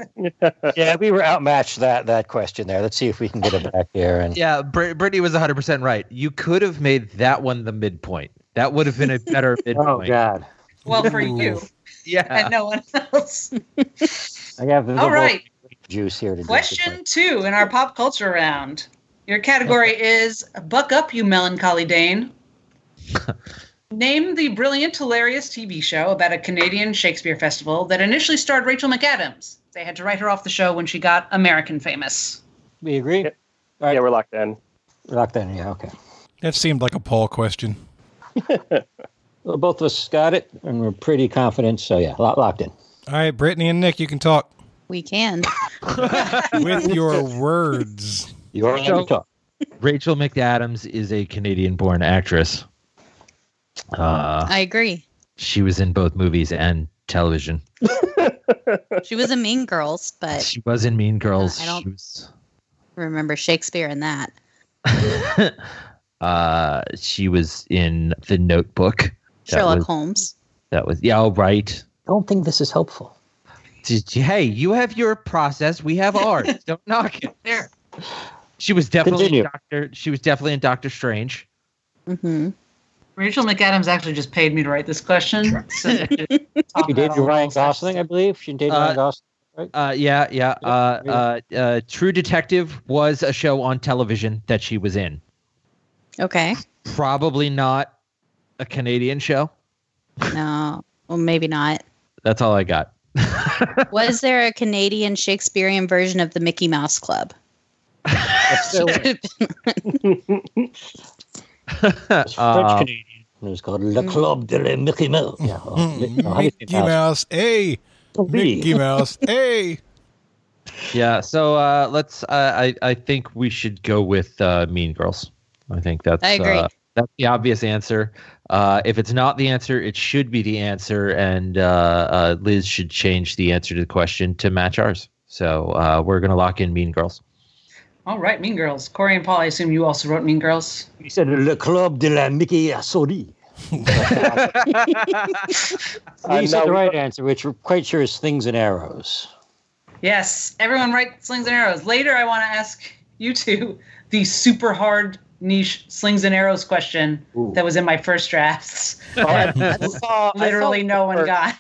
S7: Uh, yeah, we were outmatched that that question there. Let's see if we can get it back here. And
S10: yeah. Br- Brittany was one hundred percent right. You could have made that one the midpoint. That would have been a better midpoint.
S7: oh god,
S6: Well, for you
S10: Yeah.
S6: and no one else.
S7: I got the
S6: All right.
S7: juice here to do this.
S6: Question two in our pop culture round. Your category is Buck Up, You Melancholy Dane. Name the brilliant, hilarious TV show about a Canadian Shakespeare festival that initially starred Rachel McAdams. They had to write her off the show when she got American famous.
S7: We agree.
S8: Yeah, we're locked in.
S7: Lock that in. Yeah, okay.
S4: That seemed like a Paul question.
S7: Well, both of us got it, and we're pretty confident. So yeah, lo- locked in.
S4: All right, Brittany and Nick, you can talk
S9: We can.
S4: with your words.
S7: Your
S10: Rachel McAdams is a Canadian-born actress. Uh,
S9: I agree.
S10: she was in both movies and television.
S9: She was in Mean Girls, but
S10: She was in Mean Girls.
S9: I
S10: She
S9: don't
S10: was
S9: remember Shakespeare in that.
S10: uh, she was in The Notebook. That
S9: Sherlock
S10: was-
S9: Holmes.
S10: That was yeah. All right.
S7: Don't think this is helpful.
S10: Did you- hey, you have your process. We have ours. don't knock it.
S6: There.
S10: She was definitely
S7: Continue.
S10: in Doctor. She was definitely in Doctor Strange.
S9: Mm-hmm.
S6: Rachel McAdams actually just paid me to write this question. So
S7: She did Ryan Gosling, I believe. She did
S10: Uh,
S7: Ryan Gosling.
S10: Uh, yeah, yeah. Uh, uh, uh, True Detective was a show on television that she was in.
S9: Okay.
S10: Probably not a Canadian show.
S9: No. Well, maybe not.
S10: That's all I got.
S9: Was there a Canadian Shakespearean version of the Mickey Mouse Club?
S7: Still,
S10: French
S7: French Canadian. uh, It was called Le Club de la Mickey Mouse. Yeah, oh, Mickey- oh, how do you say
S4: Mickey Mouse, hey, Mickey Mouse, hey.
S10: Yeah. So uh, let's. Uh, I I think we should go with uh, Mean Girls. I think that's.
S9: I agree.
S10: Uh, that's the obvious answer. Uh, if it's not the answer, it should be the answer, and uh, uh, Liz should change the answer to the question to match ours. So uh, we're gonna lock in Mean Girls.
S6: All right, Mean Girls. Corey and Paul, I assume you also wrote Mean Girls.
S7: He said Le Club de la Mickey Asori.
S8: Uh,
S7: You said
S8: no,
S7: the
S8: we-
S7: right answer, which we're quite sure is slings and arrows.
S6: Yes, everyone write slings and arrows. Later, I want to ask you two the super hard niche slings and arrows question
S7: Ooh.
S6: that was in my first drafts.
S7: Oh, I saw- I
S6: Literally,
S7: saw-
S6: no one got.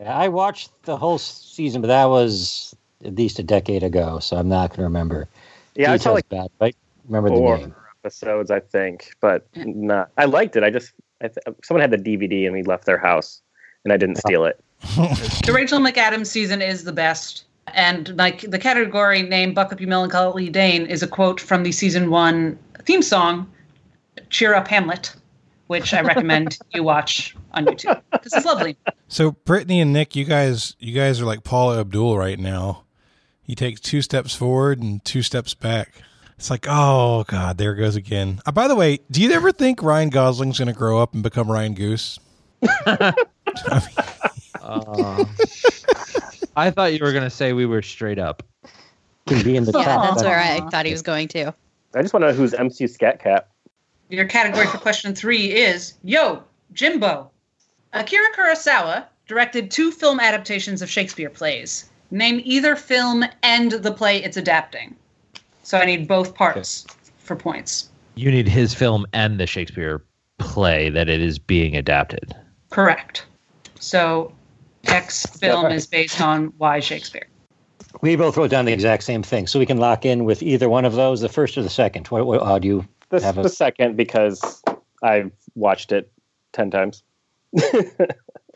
S7: Yeah, I watched the whole season, but that was at least a decade ago, so I'm not going to remember.
S8: Yeah, I saw
S7: Details
S8: like
S7: bad, but I remember the
S8: four
S7: name.
S8: episodes, I think, but not. I liked it. I just I th- someone had the DVD and we left their house, and I didn't
S7: Uh-huh.
S8: steal it.
S6: The Rachel McAdams season is the best. And like the category name Buck Up You Melancholy Dane is a quote from the season one theme song, Cheer Up Hamlet, which I recommend you watch on YouTube. This is lovely.
S4: So Brittany and Nick, you guys, you guys are like Paula Abdul right now. You take two steps forward and two steps back. It's like, oh god, there it goes again. Uh, by the way, do you ever think Ryan Gosling's going to grow up and become Ryan Goose?
S10: Uh, I thought you were gonna say we were straight up.
S7: Can be in the
S9: Yeah,
S7: top.
S9: that's
S7: but-
S9: where I thought he was going to.
S8: I just want to know who's MC Scat Cat.
S6: Your category for question three is Yo, Jimbo. Akira Kurosawa directed two film adaptations of Shakespeare plays. Name either film and the play it's adapting. So I need both parts for points.
S10: You need his film and the Shakespeare play that it is being adapted.
S6: Correct. So X film
S7: Right.
S6: is based on Y Shakespeare.
S7: We both wrote down the exact same thing, so we can lock in with either one of those, the first or the second. What, what uh, do you
S8: This
S7: have?
S8: the
S7: A,
S8: second because I've watched it ten times.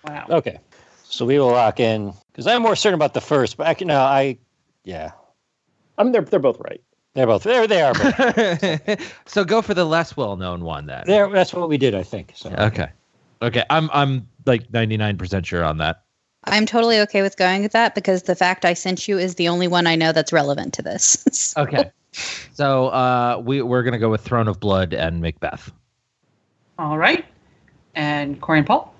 S6: Wow.
S7: okay, so we will lock in because I'm more certain about the first, but I can. No, I yeah,
S8: I mean, they're they're both right.
S7: they're both there. They are. Both.
S10: so go for the less well-known one then.
S7: there. That's what we did, I think. So
S10: Okay. Okay. I'm I'm like 99% sure on that.
S9: I'm totally okay with going with that because the fact I sent you is the only one I know that's relevant to this. So-
S10: Okay. so uh we we're going to go with Throne of Blood and Macbeth.
S6: All right. And Corey and Paul?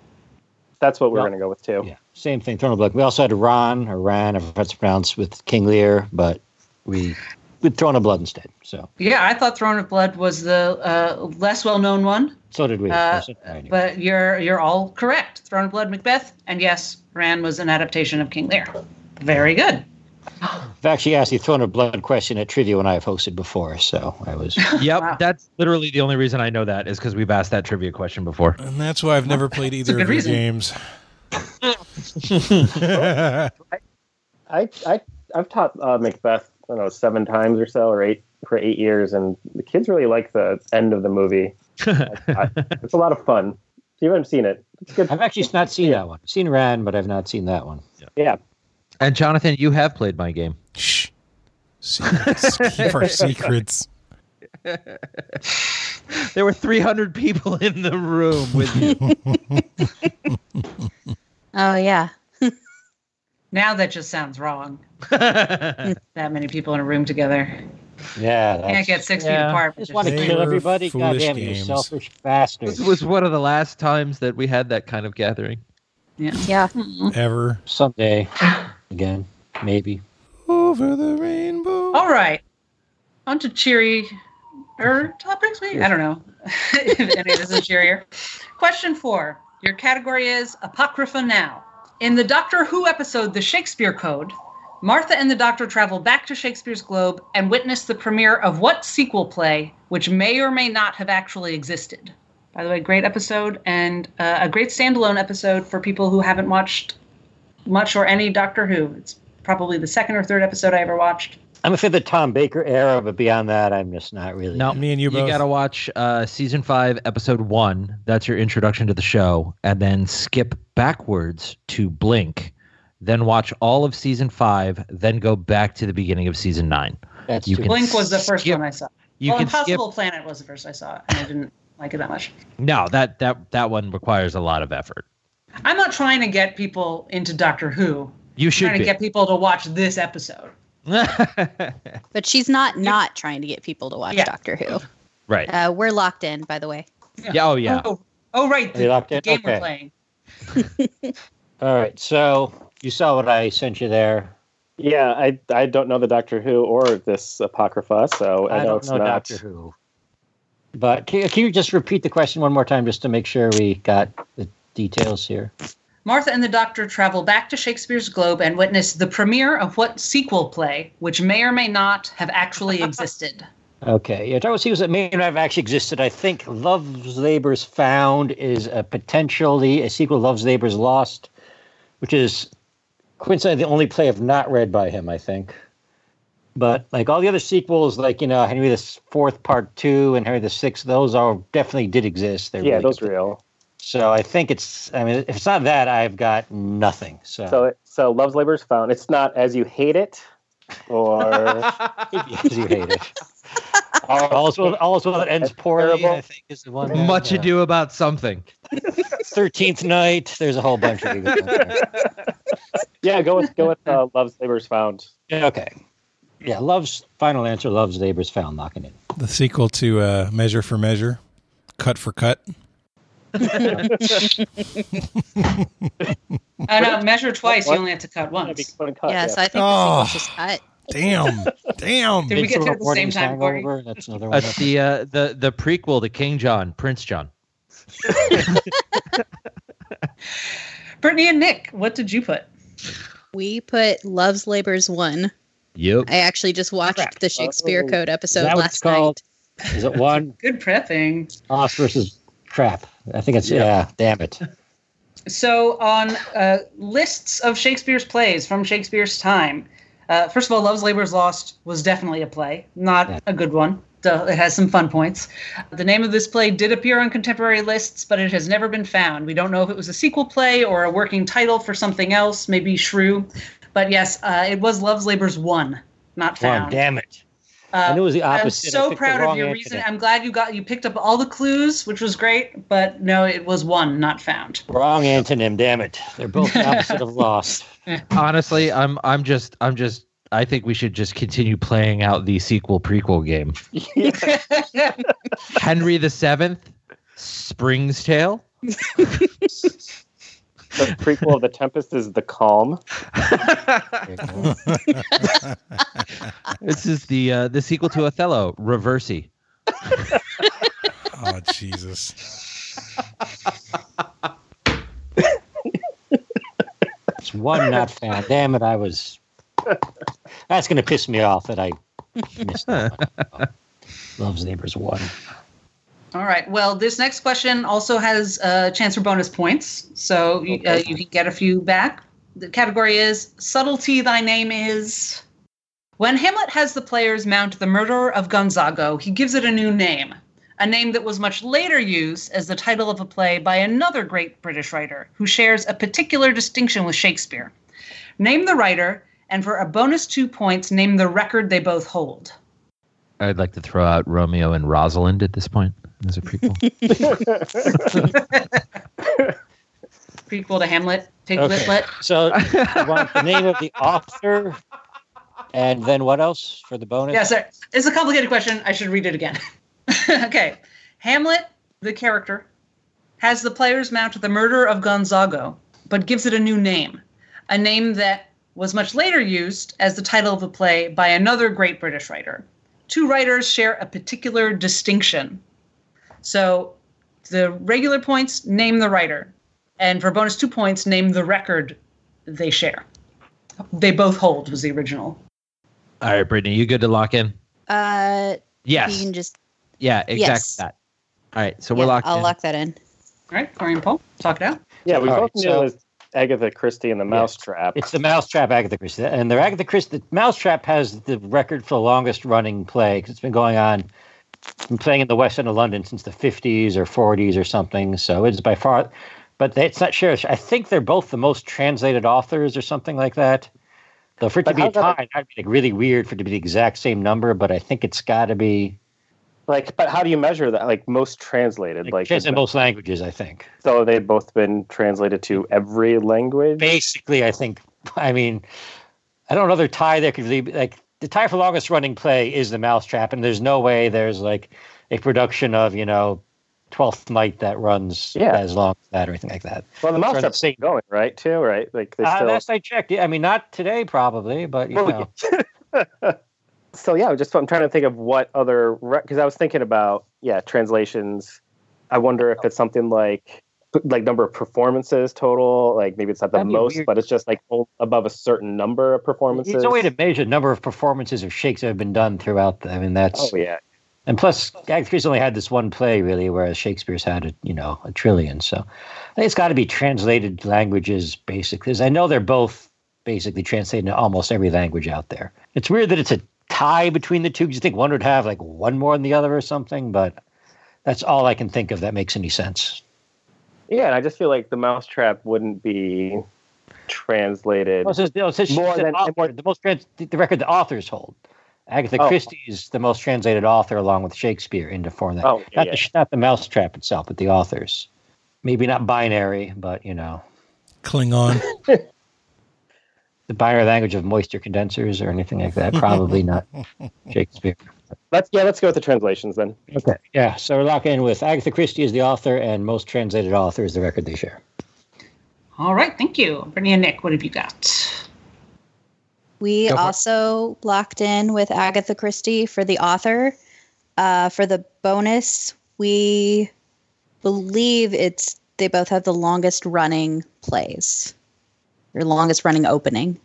S8: That's what we're
S7: Well,
S8: gonna go with too.
S7: yeah, same thing. Throne of Blood. We also had Ron or Ran, I forgot how to pronounce with King Lear, but we with Throne of Blood instead. So
S6: Yeah, I thought Throne of Blood was the uh, less well known one,
S7: so did we.
S6: Uh,
S7: So did I, anyway.
S6: but you're you're all correct. Throne of Blood, Macbeth, and yes, Ran was an adaptation of King Lear. Very good.
S7: I've actually asked the Throne of Blood question at trivia when I have hosted before, so I was.
S10: Yep,
S6: Wow.
S10: that's literally the only reason I know that is cuz we've asked that trivia question before.
S4: And that's why I've never played
S6: a
S4: either of
S6: good
S4: your
S6: reason.
S4: games.
S8: I I I've taught uh, Macbeth I don't know seven times or so or eight for eight years, and the kids really like the end of the movie. I- it's a lot of fun. If you haven't seen it, it's good.
S7: I've actually not seen that one. I've seen Ran, but I've not seen that one.
S8: Yeah,
S10: And Jonathan, you have played my game.
S4: Shh, secrets, keep our secrets.
S10: There were 300 people in the room with you.
S9: Oh yeah.
S6: Now that just sounds wrong. that many people in a room together.
S7: Yeah,
S6: Can't get six feet
S10: yeah.
S6: apart.
S7: Just want to kill everybody. Goddamn you, selfish bastards.
S10: This was one of the last times that we had that kind of gathering.
S6: Yeah.
S9: Yeah.
S4: Ever.
S7: Someday. Again. Maybe.
S4: Over the rainbow.
S6: All right. On to cheery er topics, maybe? I don't know. if any of this is cheerier. Question four. Your category is Apocrypha Now. In the Doctor Who episode The Shakespeare Code, Martha and the Doctor travel back to Shakespeare's globe and witness the premiere of what sequel play, which may or may not have actually existed? By the way, great episode and uh, a great standalone episode for people who haven't watched much or any Doctor Who. It's probably the second or third episode I ever watched.
S7: I'm afraid the Tom Baker era, but beyond that, I'm just not really.
S10: No,
S4: me and you,
S10: You
S4: both.
S10: gotta watch uh, season five, episode one. That's your introduction to the show, and then skip backwards to Blink. Then watch all of season five. Then go back to the beginning of season nine.
S7: That's
S10: you can
S6: Blink was the first
S10: skip-
S6: one I saw.
S10: you
S6: well,
S10: can
S6: Impossible Planet was the first I saw, and I didn't like it that much.
S10: No, that that that one requires a lot of effort.
S6: I'm not trying to get people into Doctor Who.
S10: You
S6: I'm
S10: should
S6: trying
S10: be.
S6: to get people to watch this episode.
S9: But she's not not trying to get people to watch
S6: Yeah.
S9: Doctor Who.
S10: Right.
S9: Uh, we're locked in, by the way.
S10: yeah. Oh yeah.
S6: Oh, oh right,
S7: Are you
S6: the,
S7: locked
S6: the
S7: in?
S6: game we're
S7: Okay.
S6: playing.
S7: All right. So you saw what I sent you there.
S8: Yeah, I I don't know the Doctor Who or this Apocrypha, so I,
S7: I
S8: know
S7: don't
S8: it's
S7: know
S8: not.
S7: Doctor Who. But can, can you just repeat the question one more time just to make sure we got the details here?
S6: Martha and the Doctor travel back to Shakespeare's Globe and witness the premiere of what sequel play, which may or may not have actually existed.
S7: Okay. Yeah, Thomas Hughes, it may not have actually existed. I think Love's Labor's Found is a potentially a sequel to Love's Labor's Lost, which is coincidentally the only play I've not read by him, I think. But like all the other sequels, like, you know, Henry the Fourth Part Two and Henry the Sixth, those all definitely did exist. They're
S8: Yeah,
S7: really
S8: those
S7: good.
S8: real.
S7: So I think it's I mean, if it's not that, I've got nothing. So,
S8: So it- so Love's Labor's Found. It's not as you hate it, or
S7: Yes, you hate it. all's well, all's well that ends poorly, I think is the one. that,
S10: Much
S7: yeah.
S10: ado about something.
S7: Thirteenth Night. There's a whole bunch of these.
S8: yeah, go with go with uh, Love's Labor's Found.
S7: Okay. Yeah, love's final answer. Love's neighbors found knocking in.
S4: The sequel to uh, Measure for Measure, Cut for Cut.
S6: I know, measure twice,
S8: What?
S6: you only have to cut once.
S9: yeah, so I think
S4: Oh.
S9: the sequel's just cut.
S4: Damn. Damn.
S6: Did we
S7: Bigfoot
S6: get there at the
S7: reporting
S6: same time, Corey?
S7: hangover, That's another one.
S10: That's the uh, the the prequel to King John, Prince John.
S6: Brittany and Nick, what did you put?
S9: We put Love's Labor's One.
S10: Yep.
S9: I actually just watched the Shakespeare
S7: Oh.
S9: Code
S7: Is
S9: episode
S7: that what it's
S9: last
S7: called? Is it one
S6: Good prepping.
S7: off versus crap? I think it's yeah. damn it.
S6: So, on uh, lists of Shakespeare's plays from Shakespeare's time, uh, first of all, Love's Labor's Lost was definitely a play, not a good one. So it has some fun points. The name of this play did appear on contemporary lists, but it has never been found. We don't know if it was a sequel play or a working title for something else, maybe Shrew. But yes, uh, it was Love's Labor's One, not
S7: One,
S6: found.
S7: damn it.
S6: Uh,
S7: I knew it was the
S6: I'm
S7: opposite. I
S6: so
S7: picked the
S6: proud of
S7: wrong
S6: your
S7: answer
S6: reason.
S7: there.
S6: I'm glad you got you picked up all the clues, which was great. But no, it was one not found.
S7: Wrong antonym. Damn it. They're both the opposite of lost.
S10: Honestly, I'm I'm just I'm just I think we should just continue playing out the sequel prequel game. Henry the Seventh, Spring's Tale.
S8: The prequel of The Tempest is The Calm.
S10: This is the uh, the sequel to Othello, Reversi.
S4: Oh, Jesus.
S7: It's one not found. Damn it. I was. That's going to piss me off that I missed that one. Love's Neighbors 1.
S6: All right. Well, this next question also has a chance for bonus points, so you- uh, you can get a few back. The category is subtlety. Thy name is. When Hamlet has the players mount the murderer of Gonzago, he gives it a new name, a name that was much later used as the title of a play by another great British writer who shares a particular distinction with Shakespeare. Name the writer, and for a bonus two points, name the record they both hold.
S10: I'd like to throw out Romeo and Rosalind at this point as a prequel.
S6: Prequel to Hamlet. Take
S7: Okay. So I want the name of the author, and then what else for the bonus?
S6: Yes, sir. It's a complicated question. I should read it again. okay. Hamlet, the character, has the players mount the murder of Gonzago, but gives it a new name, a name that was much later used as the title of the play by another great British writer. Two writers share a particular distinction. So the regular points name the writer, and for bonus two points, name the record they share. They both hold, was the original.
S10: All right, Brittany, you good to lock in?
S9: Uh,
S10: Yes.
S9: You can just
S10: Yeah, exactly
S9: Yes.
S10: that. All right, so we're
S9: yeah,
S10: locked
S9: I'll
S10: in.
S9: lock that in.
S6: All right, Corey and Paul, talk it out.
S8: Yeah, we
S7: All
S8: both
S7: right,
S8: knew
S7: so-
S8: it was Agatha Christie and the Mousetrap.
S7: It's the Mousetrap Agatha Christie, and the Agatha Christie the Mousetrap has the record for the longest running play 'cause it's been going on, it's been playing in the West End of London since the fifties or forties or something. So it's by far, but they, it's not sure. I think they're both the most translated authors or something like that. Though for it to
S8: But
S7: be
S8: how
S7: a
S8: about-
S7: tie, that'd be like really weird for it to be the exact same number. But I think it's got to be
S8: Like, but how do you measure that? Like most translated, like,
S7: it's in most languages. I think
S8: so they've both been translated to every language.
S7: basically, I think. I mean, I don't know their tie there could really be like the tie for longest running play is the mousetrap, and there's no way there's like a production of, you know, Twelfth Night that runs
S8: Yeah.
S7: as long as that or anything like
S8: Well,
S7: that.
S8: the
S7: It's on the
S8: Mousetrap's
S7: same-
S8: going right too, right? Like they
S7: Uh,
S8: still.
S7: last I checked, yeah, I mean not today probably, but you
S8: Well,
S7: know.
S8: so yeah, just I'm trying to think of what other because I was thinking about yeah translations. I wonder if it's something like like number of performances total. Like maybe it's not the
S7: That'd be
S8: most,
S7: weird.
S8: but it's just like o- above a certain number of performances.
S7: It's a way to measure the number of performances of Shakespeare that have been done throughout. The, I mean, that's
S8: oh yeah,
S7: and plus Agatha Christie only had this one play really, whereas Shakespeare's had a, you know a trillion. So I think it's got to be translated languages basically. 'cause I know they're both basically translated into almost every language out there. It's weird that it's a tie between the two. 'cause You think one would have like one more than the other or something, but that's all I can think of that makes any sense.
S8: yeah. And I just feel like the Mousetrap wouldn't be translated.
S7: Well, it says- no, it says she's
S8: More
S7: an
S8: than-
S7: author, the most trans, the the record the authors hold. Agatha
S8: Oh.
S7: Christie is the most translated author, along with Shakespeare, into foreign
S8: Oh,
S7: language.
S8: yeah,
S7: not,
S8: yeah.
S7: The, not the mousetrap itself, but the authors. Maybe not binary, but you know,
S4: Klingon.
S7: the binary language of moisture condensers or anything like that. Probably not Shakespeare.
S8: Let's yeah, let's go with the translations then.
S7: Okay, yeah. So we're locking in with Agatha Christie is the author, and most translated author is the record they share.
S6: All right, thank you. Brittany and Nick, what have you got?
S9: We
S7: Go for it.
S9: also locked in with Agatha Christie for the author. Uh, for the bonus, we believe it's they both have the longest running plays, or longest running opening.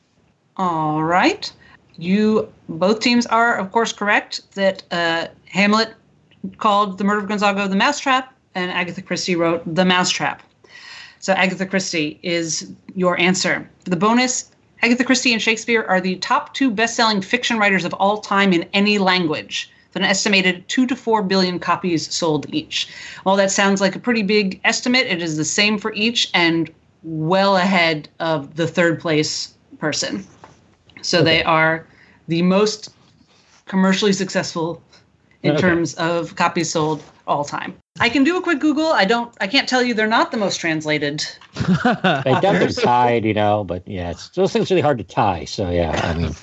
S6: All right. You both teams are, of course, correct that uh, Hamlet called the murder of Gonzago the mousetrap, and Agatha Christie wrote the mousetrap. So Agatha Christie is your answer. For the bonus, Agatha Christie and Shakespeare are the top two best-selling fiction writers of all time in any language, with an estimated two to four billion copies sold each. While that sounds like a pretty big estimate, it is the same for each and well ahead of the third place person. So they are the most commercially successful in
S7: Okay.
S6: terms of copies sold all time. I can do a quick Google. I don't. I can't tell you they're not the most translated.
S7: They definitely tied, you know, but yeah, it's, those things are really hard to tie. So yeah, I mean,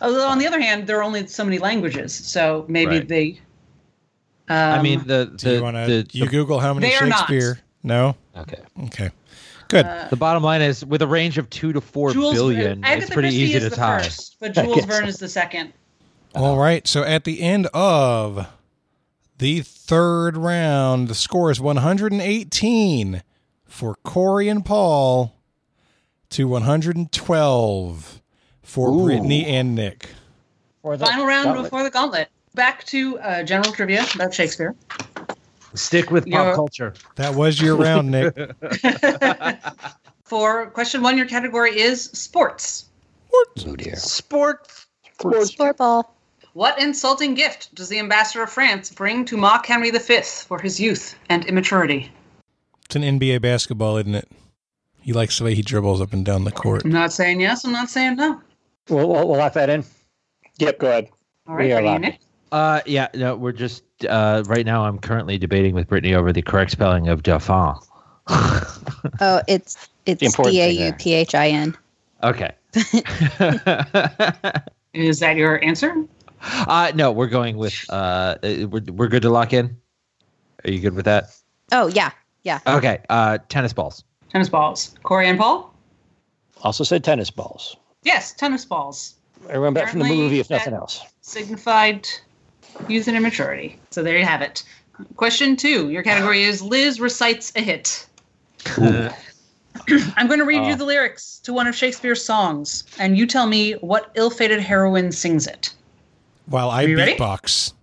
S6: Although on the other hand, there are only so many languages, so maybe
S10: Right.
S6: they. Um,
S10: I mean, the the,
S4: Do you want to?
S10: the,
S4: You Google how many
S6: They are not.
S4: Shakespeare? No.
S7: okay.
S4: Okay. Good.
S10: the bottom line is with a range of two to four billion,
S6: Jules Agatha
S10: it's pretty
S6: Christie
S10: easy
S6: is
S10: to
S6: the
S10: tie.
S6: first, but
S7: I
S6: Jules
S7: guess
S6: Verne is the second.
S4: All right. So at the end of the third round, the score is 118 for Corey and Paul to 112 for Brittany and Nick.
S7: For the
S6: Final round
S7: gauntlet.
S6: before the gauntlet. Back to uh, general trivia about Shakespeare.
S10: Stick with
S6: You're-
S10: pop culture.
S4: That was your round, Nick.
S6: For question one, your category is sports.
S7: Oh, dear.
S10: Sports.
S9: Sport ball.
S6: What insulting gift does the ambassador of France bring to Mock Henry V for his youth and immaturity?
S4: It's an NBA basketball, isn't it? He likes the way he dribbles up and down the court.
S6: I'm not saying yes. I'm not saying no.
S7: We'll, we'll, we'll lock that in.
S8: Yep, go ahead.
S6: All right, Brittany and Nick.
S10: Uh, yeah, no, we're just uh, right now. I'm currently debating with Brittany over the correct spelling of Dauphin.
S9: Oh, it's it's
S10: important
S9: D A
S10: thing
S9: U P H I N.
S10: Okay.
S6: Is that your answer?
S10: Uh, no, we're going with. Uh, uh, we're we're good to lock in. Are you good with that?
S9: Oh yeah, yeah.
S10: Okay. Uh, tennis balls.
S6: Tennis balls. Corey and Paul?
S7: Also said tennis balls.
S6: Yes, tennis balls.
S7: I remember that from the
S6: Apparently
S7: movie, if nothing
S6: that-
S7: else.
S6: Signified youth and immaturity. So there you have it. Question two. Your category is Liz recites a hit. I'm going to read you
S13: Oh.
S6: the lyrics to one of Shakespeare's songs, and you tell me what ill fated heroine sings it.
S4: While I
S6: Are you ready?
S4: beatbox.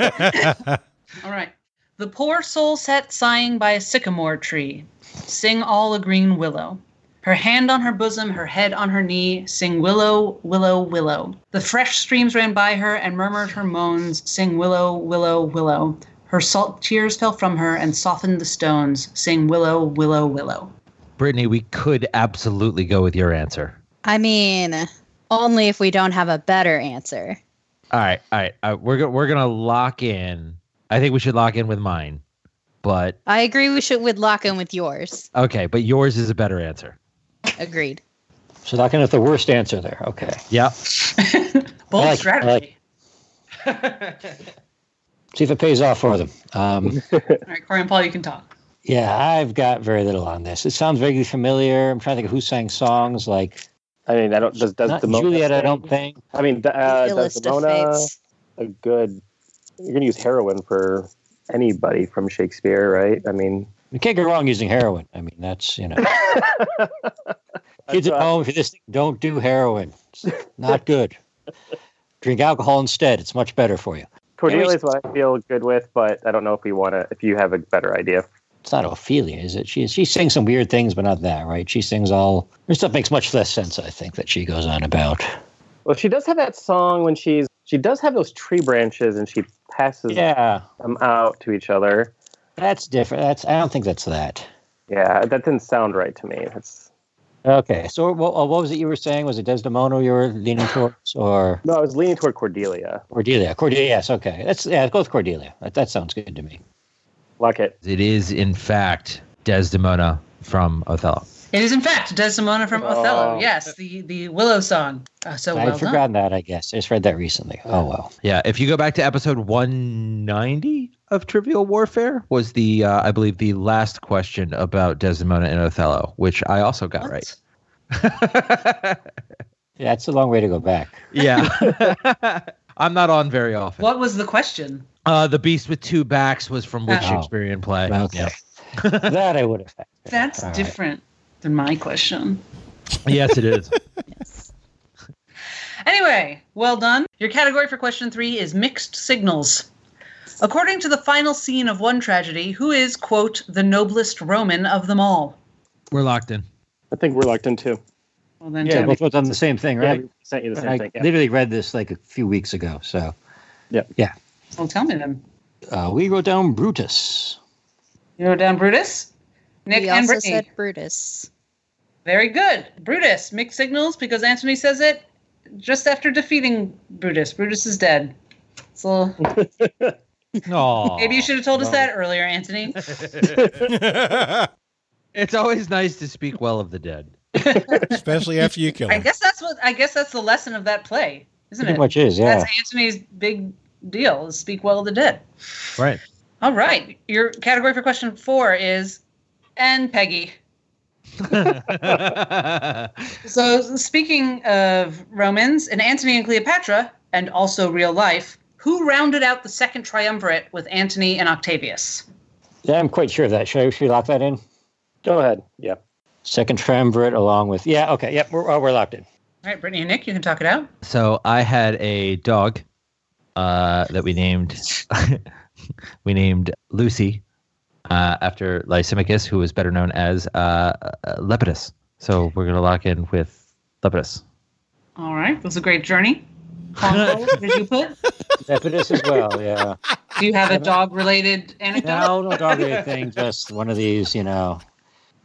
S6: All right. The poor soul sat sighing by a sycamore tree. Sing all a green willow. Her hand on her bosom, her head on her knee. Sing willow, willow, willow. The fresh streams ran by her and murmured her moans. Sing willow, willow, willow. Her salt tears fell from her and softened the stones. Sing willow, willow, willow.
S10: Brittany, we could absolutely go with your answer.
S9: I mean, only if we don't have a better answer.
S10: All right, all right. Uh, we're go- we're gonna lock in. I think we should lock in with mine, but
S9: I agree. We should would lock in with yours.
S10: okay. But yours is a better answer.
S9: Agreed.
S7: So not gonna have the worst answer there. Okay.
S10: Yeah.
S6: Bold
S7: I like- I
S6: strategy.
S7: like- See if it pays off for them. Um,
S6: All right, Corey and Paul, you can talk.
S7: yeah, I've got very little on this. It sounds vaguely familiar. I'm trying to think of who sang songs like.
S8: I mean, I don't. Does does
S7: Not
S8: Demona
S7: Juliet, I
S8: sing?
S7: don't think.
S8: I mean, d- uh, does
S7: illest of
S8: Demona
S7: fates.
S8: a good? You're gonna use heroin for anybody from Shakespeare, right? I mean,
S7: You can't go wrong using heroin. I mean, that's you know. Kids at home, if you're listening, don't do heroin. It's not good. Drink alcohol instead. It's much better for you.
S8: Cordelia is what I feel good with, but I don't know if we want to. If you have a better idea,
S7: It's not Ophelia, is it? She she sings some weird things, but not that, right? She sings all. Her stuff makes much less sense, I think, that she goes on about.
S8: well, she does have that song when she's she does have those tree branches and she passes
S7: yeah
S8: them out to each other.
S7: That's different. That's I don't think that's that.
S8: Yeah, that didn't sound right to me. That's
S7: Okay, so what, what was it you were saying? Was it Desdemona you were leaning towards, or
S8: no, I was leaning toward Cordelia.
S7: Cordelia? Cordelia, yes, okay. That's yeah, go with Cordelia. That, that sounds good to me.
S8: Like it.
S10: It is in fact Desdemona from Othello.
S6: It is, in fact, Desdemona from Othello.
S7: Oh.
S6: Yes, the, the Willow song. Uh,
S8: Oh,
S6: so
S7: I
S6: well
S7: had
S6: done.
S7: forgotten that. I guess I just read that recently. Oh well.
S10: Yeah, if you go back to episode 190 of Trivial Warfare, was the uh, I believe the last question about Desdemona and Othello, which I also got right.
S7: Yeah, that's a long way to go back.
S10: Yeah, I'm not on very often.
S6: What was the question?
S10: Uh, the Beast with Two Backs was from which
S6: Oh.
S10: Shakespearean play?
S7: Okay. that I would have.
S6: That's
S10: All right.
S6: different than my question.
S10: yes, it is.
S6: Anyway, well done. Your category for question three is mixed signals. According to the final scene of one tragedy, who is, quote, the noblest Roman of them all?
S10: We're locked in.
S8: I think we're locked in too.
S6: Well, then,
S7: yeah,
S6: Tabby.
S7: both both on the same thing,
S8: Yeah,
S7: right?
S8: we sent you the same
S7: I
S8: thing, yeah.
S7: literally read this like a few weeks ago. So.
S8: Yeah.
S7: Yeah.
S6: well, tell me then.
S7: Uh, we wrote down Brutus.
S6: You wrote down Brutus? Nick
S9: we
S6: and
S9: also
S6: Brittany.
S9: said Brutus.
S6: Very good. Brutus, mixed signals because Antony says it just after defeating Brutus. Brutus is dead. So
S10: No.
S6: maybe you should have told us that earlier, Antony.
S10: it's always nice to speak well of the dead.
S4: Especially after you kill
S6: I guess that's what I guess that's the lesson of that play, isn't
S7: Pretty
S6: it?
S7: much is, yeah.
S6: That's Antony's big deal: is speak well of the dead.
S10: Right.
S6: All right, your category for question four is, and Peggy. So speaking of Romans and Antony and Cleopatra, and also real life, who rounded out the second triumvirate with Antony and Octavius?
S7: Yeah, I'm quite sure of that. Should, I, should we lock that in?
S8: Go ahead. Yeah.
S7: Second triumvirate along with. Yeah, okay. Yep, we're, oh, we're locked in.
S6: All right, Brittany and Nick, you can talk it out.
S10: So I had a dog uh, that we named we named Lucy uh, after Lysimachus, who was better known as uh, uh, Lepidus. So we're gonna lock in with Lepidus.
S6: All right, it was a great journey. Paul, what did you put?
S7: Lepidus as well, yeah.
S6: Do you have a dog-related anecdote?
S7: No, no dog or anything. Just one of these, you know,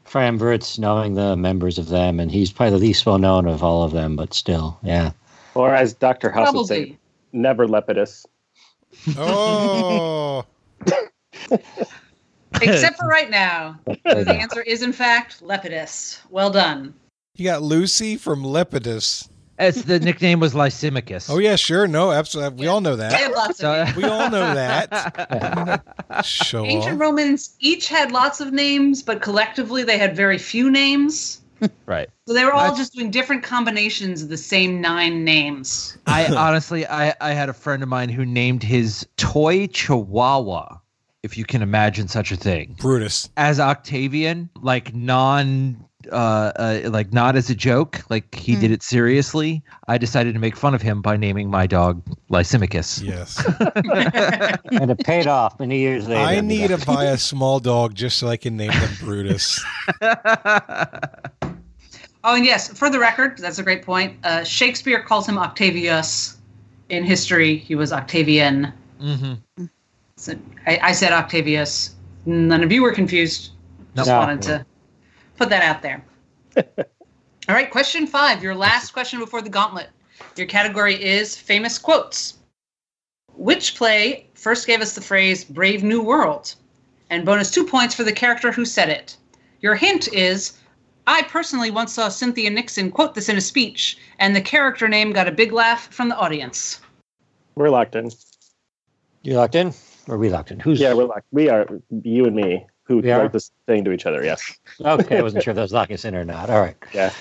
S7: triumvirates, knowing the members of them. And he's probably the least well known of all of them, but still, yeah.
S8: Or as Dr. House would say, never lepidus.
S4: Oh.
S6: Except for right now. So the answer is, in fact, Lepidus. Well done.
S4: You got Lucy from Lepidus.
S10: As the nickname was Lysimachus.
S4: Oh yeah, sure. No, absolutely. We all know
S6: I have
S4: that.
S6: lots of names.
S4: We all know that. Show
S6: Ancient
S4: off.
S6: Romans each had lots of names, but collectively they had very few names.
S10: Right.
S6: So they were all
S10: That's-
S6: just doing different combinations of the same nine names.
S10: I honestly, I, I had a friend of mine who named his toy Chihuahua, if you can imagine such a thing,
S4: Brutus.
S10: as Octavian, like non, uh, uh like not as a joke, like he did it seriously. I decided to make fun of him by naming my dog Lysimachus.
S4: Yes.
S7: and it paid off many years later.
S4: I need to buy a small dog just so I can name them Brutus.
S6: Oh, and yes, for the record, that's a great point. Uh, Shakespeare calls him Octavius. In history, he was Octavian.
S10: Mm-hmm.
S6: So I, I said Octavius. None of you were confused. Just
S10: No.
S6: wanted to put that out there. All right, question five, your last question before the gauntlet. Your category is famous quotes. Which play first gave us the phrase Brave New World? And bonus two points for the character who said it. Your hint is I personally once saw Cynthia Nixon quote this in a speech, and the character name got a big laugh from the audience.
S8: We're locked in.
S7: You locked in? Or we locked in? Who's
S8: Yeah, we're locked. We are you and me who
S7: We are?
S8: quote this thing to each other. Yes.
S7: Okay, I wasn't sure if that was locking us in or not. All right.
S8: Yeah.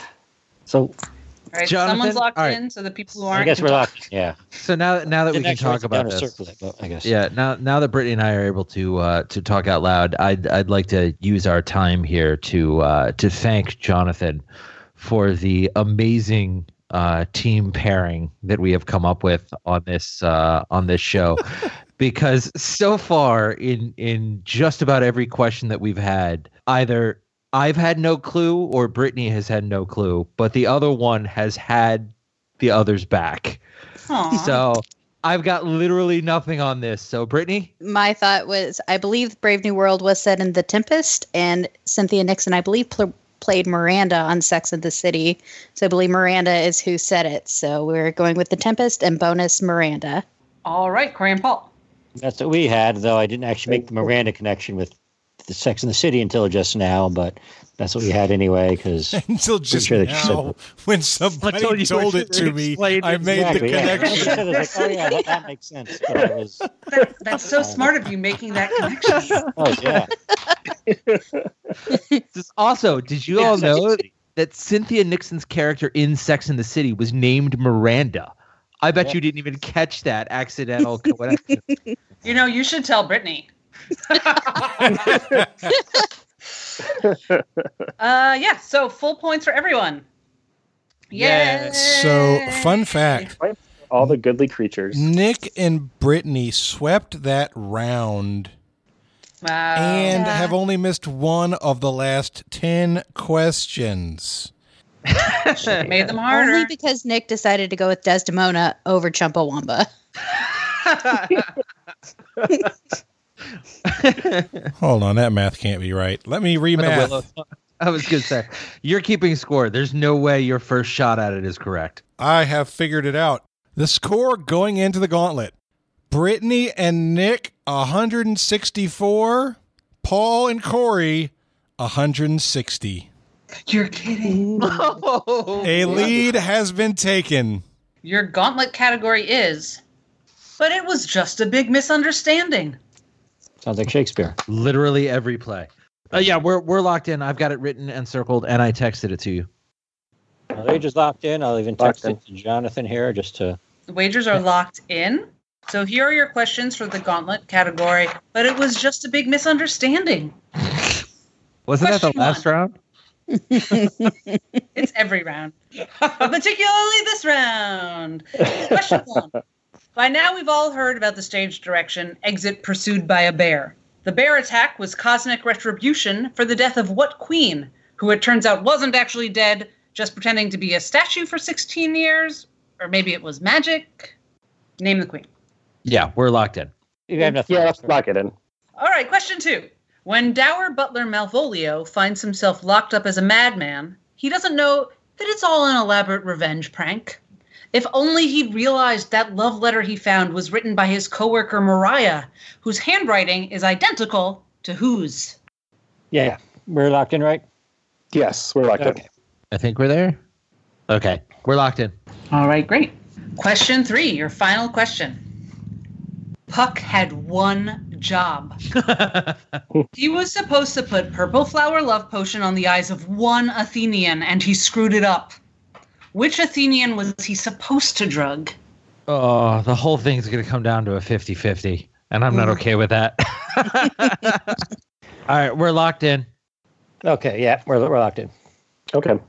S7: So
S6: All right,
S10: Jonathan?
S6: someone's locked
S10: All right.
S6: in, so the people who
S7: I
S6: aren't.
S7: guess
S6: can
S7: we're
S6: talk.
S7: locked. Yeah.
S10: So now, now that
S7: The
S10: we can
S7: next
S10: talk
S7: one's
S10: about
S7: down to
S10: this,
S7: circle it, but I guess.
S10: yeah. Now, now that Brittany and I are able to uh, to talk out loud, I'd I'd like to use our time here to uh, to thank Jonathan for the amazing uh, team pairing that we have come up with on this uh, on this show. because so far in in just about every question that we've had, either I've had no clue or Brittany has had no clue, but the other one has had the other's back.
S6: Aw.
S10: So I've got literally nothing on this. So Brittany,
S9: My thought was I believe Brave New World was set in The Tempest, and Cynthia Nixon, I believe, pl- played Miranda on Sex and the City. So I believe Miranda is who said it. So we're going with The Tempest and bonus Miranda.
S6: All right, Corey and Paul.
S7: That's what we had, though I didn't actually make the Miranda connection with the Sex in the City until just now, but that's what we had anyway, because
S4: Until just
S7: sure that you said
S4: now, when somebody
S10: Until you
S4: told it to me, I made the
S7: Exactly, yeah.
S4: connection.
S7: I was like, oh, yeah, that, that makes sense. But I was,
S6: That, that's so smart of you making that connection.
S7: oh, yeah.
S10: This- also, did you
S6: Yeah,
S10: all
S6: Sex and
S10: know that Cynthia Nixon's character in Sex and the City was named Miranda? I bet
S7: Yeah.
S10: you didn't even catch that accidental coincidence.
S6: You know, you should tell Brittany. uh, yeah, so full points for everyone. Yes.
S4: So, fun fact
S8: All the goodly creatures.
S4: Nick and Brittany swept that round
S6: Wow.
S4: and have only missed one of the last 10 questions.
S6: made them
S9: Only
S6: harder.
S9: because Nick decided to go with Desdemona over Chumpawamba.
S4: Hold on, that math can't be right. Let me remath.
S10: I was gonna say you're keeping score. There's no way your first shot at it is correct.
S4: I have figured it out. The score going into the gauntlet Brittany and Nick, 164. Paul and Corey, 160.
S6: You're kidding. Oh.
S4: A lead has been taken.
S6: Your gauntlet category is, but it was just a big misunderstanding.
S7: Sounds like Shakespeare.
S10: Literally every play. Uh, yeah, we're we're locked in. I've got it written and circled, and I texted it to you.
S7: Well, they just locked in. I'll even
S8: Locked
S7: text it to Jonathan here just to.
S6: The wagers are locked in. So here are your questions for the gauntlet category, but it was just a big misunderstanding.
S10: Wasn't that
S6: Question
S10: the last
S6: one.
S10: round?
S6: It's every round, but particularly this round. Question one. By now, we've all heard about the stage direction exit pursued by a bear. The bear attack was cosmic retribution for the death of what queen, who it turns out wasn't actually dead, just pretending to be a statue for 16 years? Or maybe it was magic? Name the queen.
S10: Yeah, we're locked in.
S7: You have nothing
S8: Yeah,
S7: else,
S8: let's
S7: right?
S8: lock it in.
S6: All right, question two. When dour butler Malvolio finds himself locked up as a madman, he doesn't know that it's all an elaborate revenge prank. If only he realized that love letter he found was written by his coworker Mariah, whose handwriting is identical to whose.
S7: Yeah. We're locked in, right?
S8: Yes, we're locked in.
S10: I think we're there. Okay, we're locked in.
S6: All right, great. Question three, your final question. Puck had one job. he was supposed to put purple flower love potion on the eyes of one Athenian, and he screwed it up. Which Athenian was he supposed to drug?
S10: Oh, the whole thing's going to come down to a 50 50, and I'm not
S6: Mm.
S10: okay with that. All right, we're locked in.
S7: Okay. Yeah. We're, we're locked in.
S8: Okay.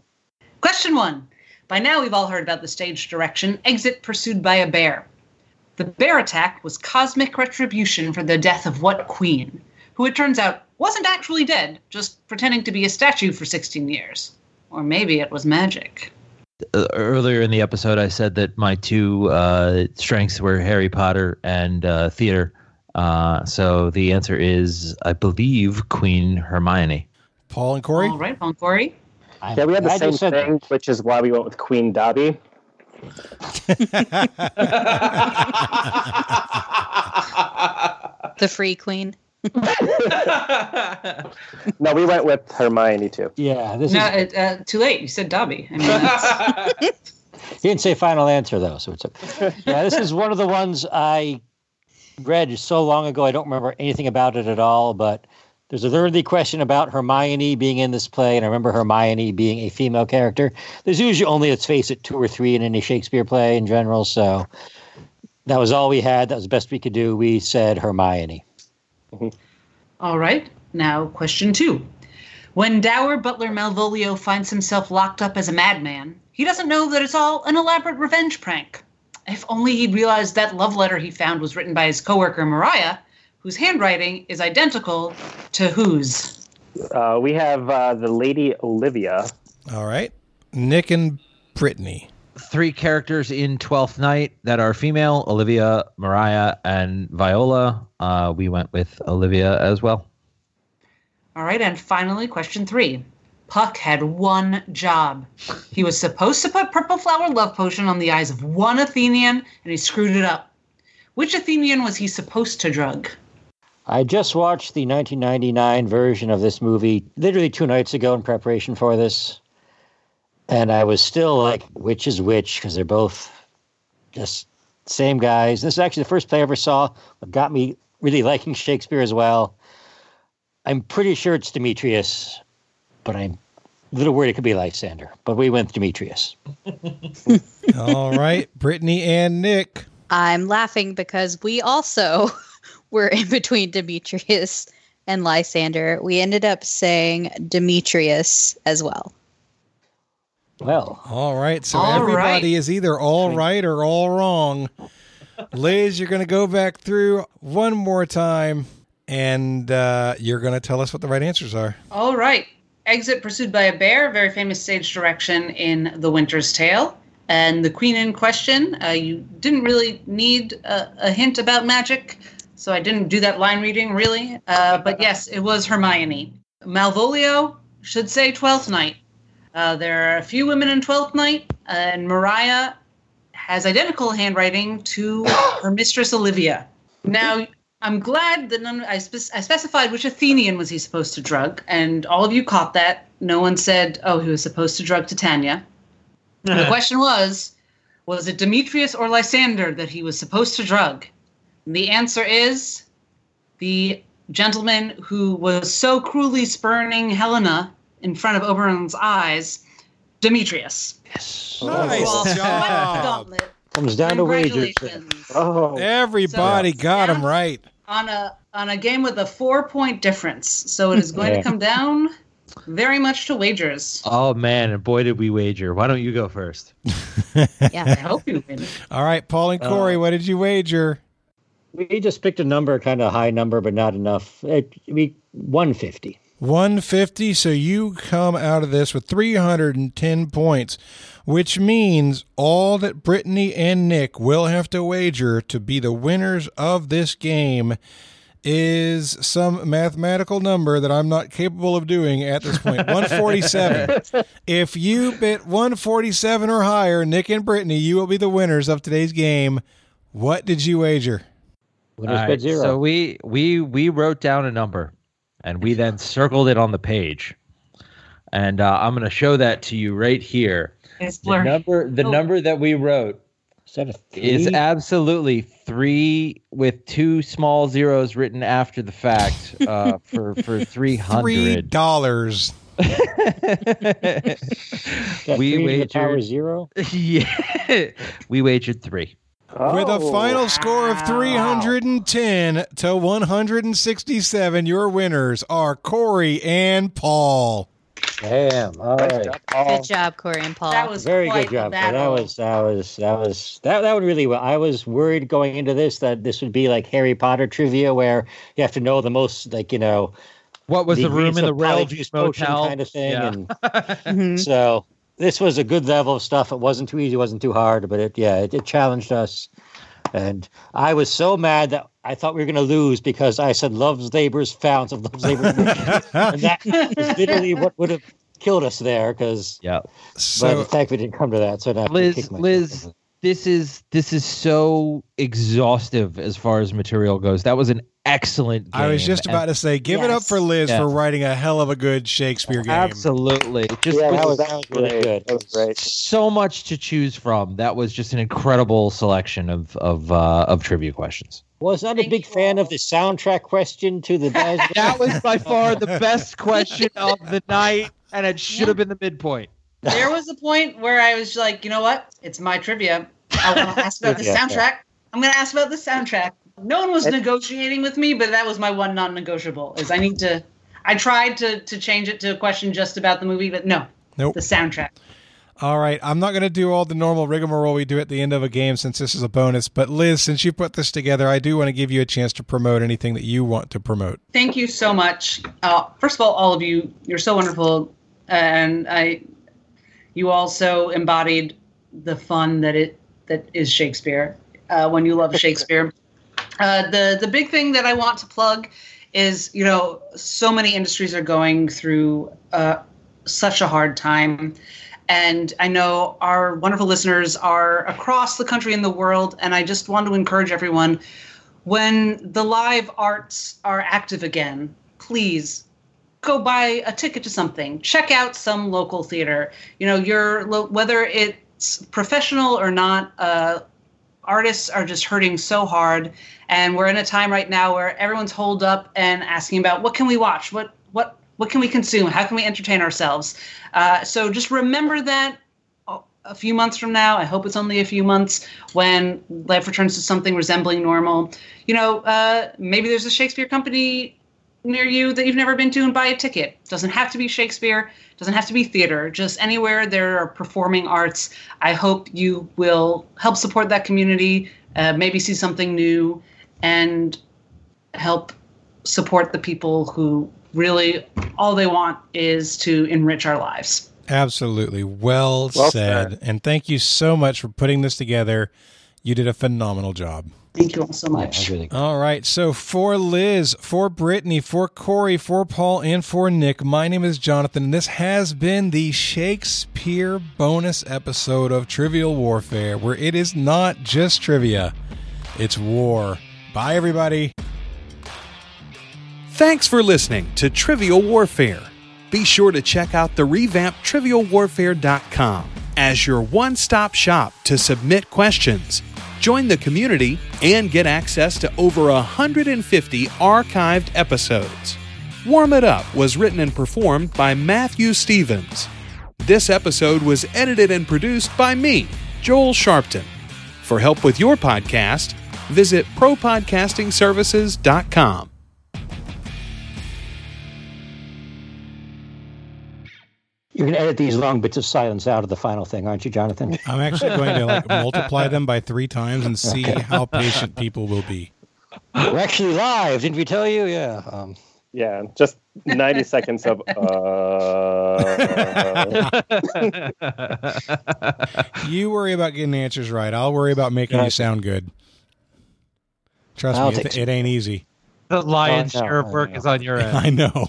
S6: Question one. By now, we've all heard about the stage direction exit pursued by a bear. The bear attack was cosmic retribution for the death of what queen, who it turns out wasn't actually dead, just pretending to be a statue for 16 years. Or maybe it was magic.
S10: Uh, Earlier in the episode, I said that my two uh, strengths were Harry Potter and uh, theater. Uh, so the answer is, I believe, Queen Hermione.
S4: Paul and Corey.
S6: All right, Paul and Corey.
S8: yeah, we had the
S6: glad
S8: same
S6: you said
S8: thing, which is why we went with Queen Dobby.
S9: The free queen.
S8: No, we went with Hermione too.
S7: Yeah. This
S6: no,
S7: is.
S6: it, uh, too late. You said Dobby. I mean, that's-
S7: He didn't say final answer though, so it's okay. yeah, this is one of the ones I read so long ago. I don't remember anything about it at all, but there's a literally question about Hermione being in this play, and I remember Hermione being a female character. There's usually only, let's face it, two or three in any Shakespeare play in general, so that was all we had. That was the best we could do. We said Hermione.
S6: All right. Now, question two. When dour butler Malvolio finds himself locked up as a madman, he doesn't know that it's all an elaborate revenge prank. If only he'd realized that love letter he found was written by his coworker Mariah, whose handwriting is identical to whose.
S8: Uh, we have uh, the Lady Olivia.
S4: All right. Nick and Brittany.
S10: Three characters in Twelfth Night that are female: Olivia, Mariah, and Viola. Uh, we went with Olivia as well.
S6: All right, and finally, question three. Puck had one job. He was supposed to put purple flower love potion on the eyes of one Athenian, and he screwed it up. Which Athenian was he supposed to drug?
S7: I just watched the 1999 version of this movie literally two nights ago in preparation for this. And I was still like, which is which? Because they're both just same guys. This is actually the first play I ever saw that got me really liking Shakespeare as well. I'm pretty sure it's Demetrius, but I'm a little worried it could be Lysander. But we went with Demetrius.
S4: All right. Brittany and Nick.
S9: I'm laughing because we also were in between Demetrius and Lysander. We ended up saying Demetrius as well.
S7: Well.
S4: All right. So
S9: All
S4: everybody
S9: right.
S4: is either all right or all wrong. Liz, you're going to go back through one more time and uh, you're going to tell us what the right answers are.
S6: All right. Exit Pursued by a Bear, very famous stage direction in The Winter's Tale. And the queen in question, uh, you didn't really need a, a hint about magic, so I didn't do that line reading really. Uh, but yes, it was Hermione. Malvolio should say Twelfth Night. Uh, there are a few women in Twelfth Night, and Mariah has identical handwriting to her mistress Olivia. Now, I'm glad that none. I, spec- I specified which Athenian was he supposed to drug, and all of you caught that. No one said, "Oh, he was supposed to drug Titania." the question was, was it Demetrius or Lysander that he was supposed to drug? And the answer is the gentleman who was so cruelly spurning Helena in front of Oberon's eyes, Demetrius. Yes.
S4: Nice job.
S7: Comes down to wagers. Oh,
S4: Everybody got them right.
S6: on a on a game with a four point difference. So it is going
S10: Yeah.
S6: to come down very much to wagers.
S10: Oh man, and boy did we wager! Why don't you go first?
S6: Yeah, I hope you win.
S4: All right. Paul and
S7: Uh,
S4: Corey, what did you wager?
S7: We just picked a number, kind of a high number, but not enough. It, we 150.
S4: 150. So you come out of this with 310 points, which means all that Brittany and Nick will have to wager to be the winners of this game is some mathematical number that I'm not capable of doing at this point. 147. if you bid 147 or higher, Nick and Brittany, you will be the winners of today's game. What did you wager?
S10: All right, So we we we wrote down a number, and we then circled it on the page, and uh, I'm going to show that to you right here.
S6: It's
S10: The
S6: blurry.
S10: number the
S6: Oh.
S10: number that we wrote
S7: is, that a
S6: three?
S10: absolutely three with two small zeros written after the fact uh, for for
S4: Three
S10: three hundred.
S4: dollars.
S10: We
S7: three to the
S10: wagered
S7: power zero.
S10: yeah, we wagered three.
S4: With a
S8: Oh.
S4: final score of 310 to 167, your winners are Corey and Paul.
S7: Damn. All right.
S9: Good job, Corey and Paul. That
S6: was
S7: Very good job. Paul. That was that was that was that that would really. Well, I was worried going into this that this would be like Harry Potter trivia, where you have to know the most, like you know,
S10: What was the room
S7: ingredients
S10: in the
S7: of
S10: Railjuice
S7: polyjuice potion
S10: Motel?
S7: kind of thing.
S10: Yeah.
S7: And
S9: Mm-hmm.
S7: so this was a good level of stuff. It wasn't too easy, it wasn't too hard, but it yeah, it, it challenged us. And I was so mad that I thought we were going to lose because I said Love's Labor's Founts of Love's Labor's Mission." and that was literally what would have killed us there because
S10: yeah.
S7: but
S10: So-
S7: the fact we didn't come to that, so now
S10: Liz, Liz, this is this is so exhaustive as far as material goes. That was an excellent. Game.
S4: I was just about
S10: and-
S4: to say, give it up for Liz
S10: Yeah.
S4: for writing a hell of a good Shakespeare game.
S10: Absolutely. Just
S7: yeah,
S10: with
S7: that was, that was really good. That was great.
S10: so much to choose from. That was just an incredible selection of of uh, of trivia questions.
S7: Was not a big fan of the soundtrack question to the
S10: That was by far the best question of the night, and it should have been the midpoint.
S6: there was a point where I was like, you know what? It's my trivia. I want to ask about the
S10: Yeah, yeah.
S6: soundtrack. I'm going to ask about the soundtrack. No one was negotiating with me, but that was my one non-negotiable. Is I need to. I tried to to change it to a question just about the movie, but no,
S4: Nope.
S6: the soundtrack.
S4: All right, I'm not going to do all the normal rigmarole we do at the end of a game since this is a bonus, but Liz, since you put this together, I do want to give you a chance to promote anything that you want to promote.
S6: Thank you so much. Uh, first of all, all of you, you're so wonderful, and I, you also embodied the fun that it that is Shakespeare. Uh, when you love Shakespeare, uh, the the big thing that I want to plug is you know so many industries are going through uh, such a hard time, and I know our wonderful listeners are across the country and the world, and I just want to encourage everyone when the live arts are active again, please go buy a ticket to something. Check out some local theater. You know, your lo- whether it's professional or not, uh, artists are just hurting so hard, and we're in a time right now where everyone's holed up and asking about what can we watch, what what what can we consume, how can we entertain ourselves. Uh, so just remember that a few months from now, I hope it's only a few months, when life returns to something resembling normal, you know, uh, maybe there's a Shakespeare company near you that you've never been to and buy a ticket. Doesn't have to be Shakespeare, doesn't have to be theater, just anywhere there are performing arts. I hope you will help support that community, uh, maybe see something new, and help support the people who really all they want is to enrich our lives.
S4: Absolutely. Well,
S6: Well
S4: said. And thank you so much for putting this together. You did a phenomenal job.
S6: Thank you all so much.
S4: All right. So for Liz, for Brittany, for Corey, for Paul, and for Nick, my name is Jonathan, and this has been the Shakespeare bonus episode of Trivial Warfare, where it is not just trivia, it's war. Bye, everybody.
S1: Thanks for listening to Trivial Warfare. Be sure to check out the revamped trivialwarfare.com as your one stop shop to submit questions, join the community, and get access to over 150 archived episodes. Warm It Up was written and performed by Matthew Stevens. This episode was edited and produced by me, Joel Sharpton. For help with your podcast, visit propodcastingservices.com.
S7: You can edit these long bits of silence out of the final thing, aren't you, Jonathan?
S4: I'm actually going to like multiply them by three times and see how patient people will be.
S7: We're actually live. Didn't we tell you? Yeah. Um,
S8: Yeah, just 90 seconds of. Uh...
S4: You worry about getting answers right. I'll worry about making you sound good. Trust
S7: I'll
S4: me,
S7: take
S4: it, it ain't easy.
S10: the lion's
S12: Oh, I know,
S10: share
S12: I
S10: of work
S12: know.
S10: is on your end.
S4: I know.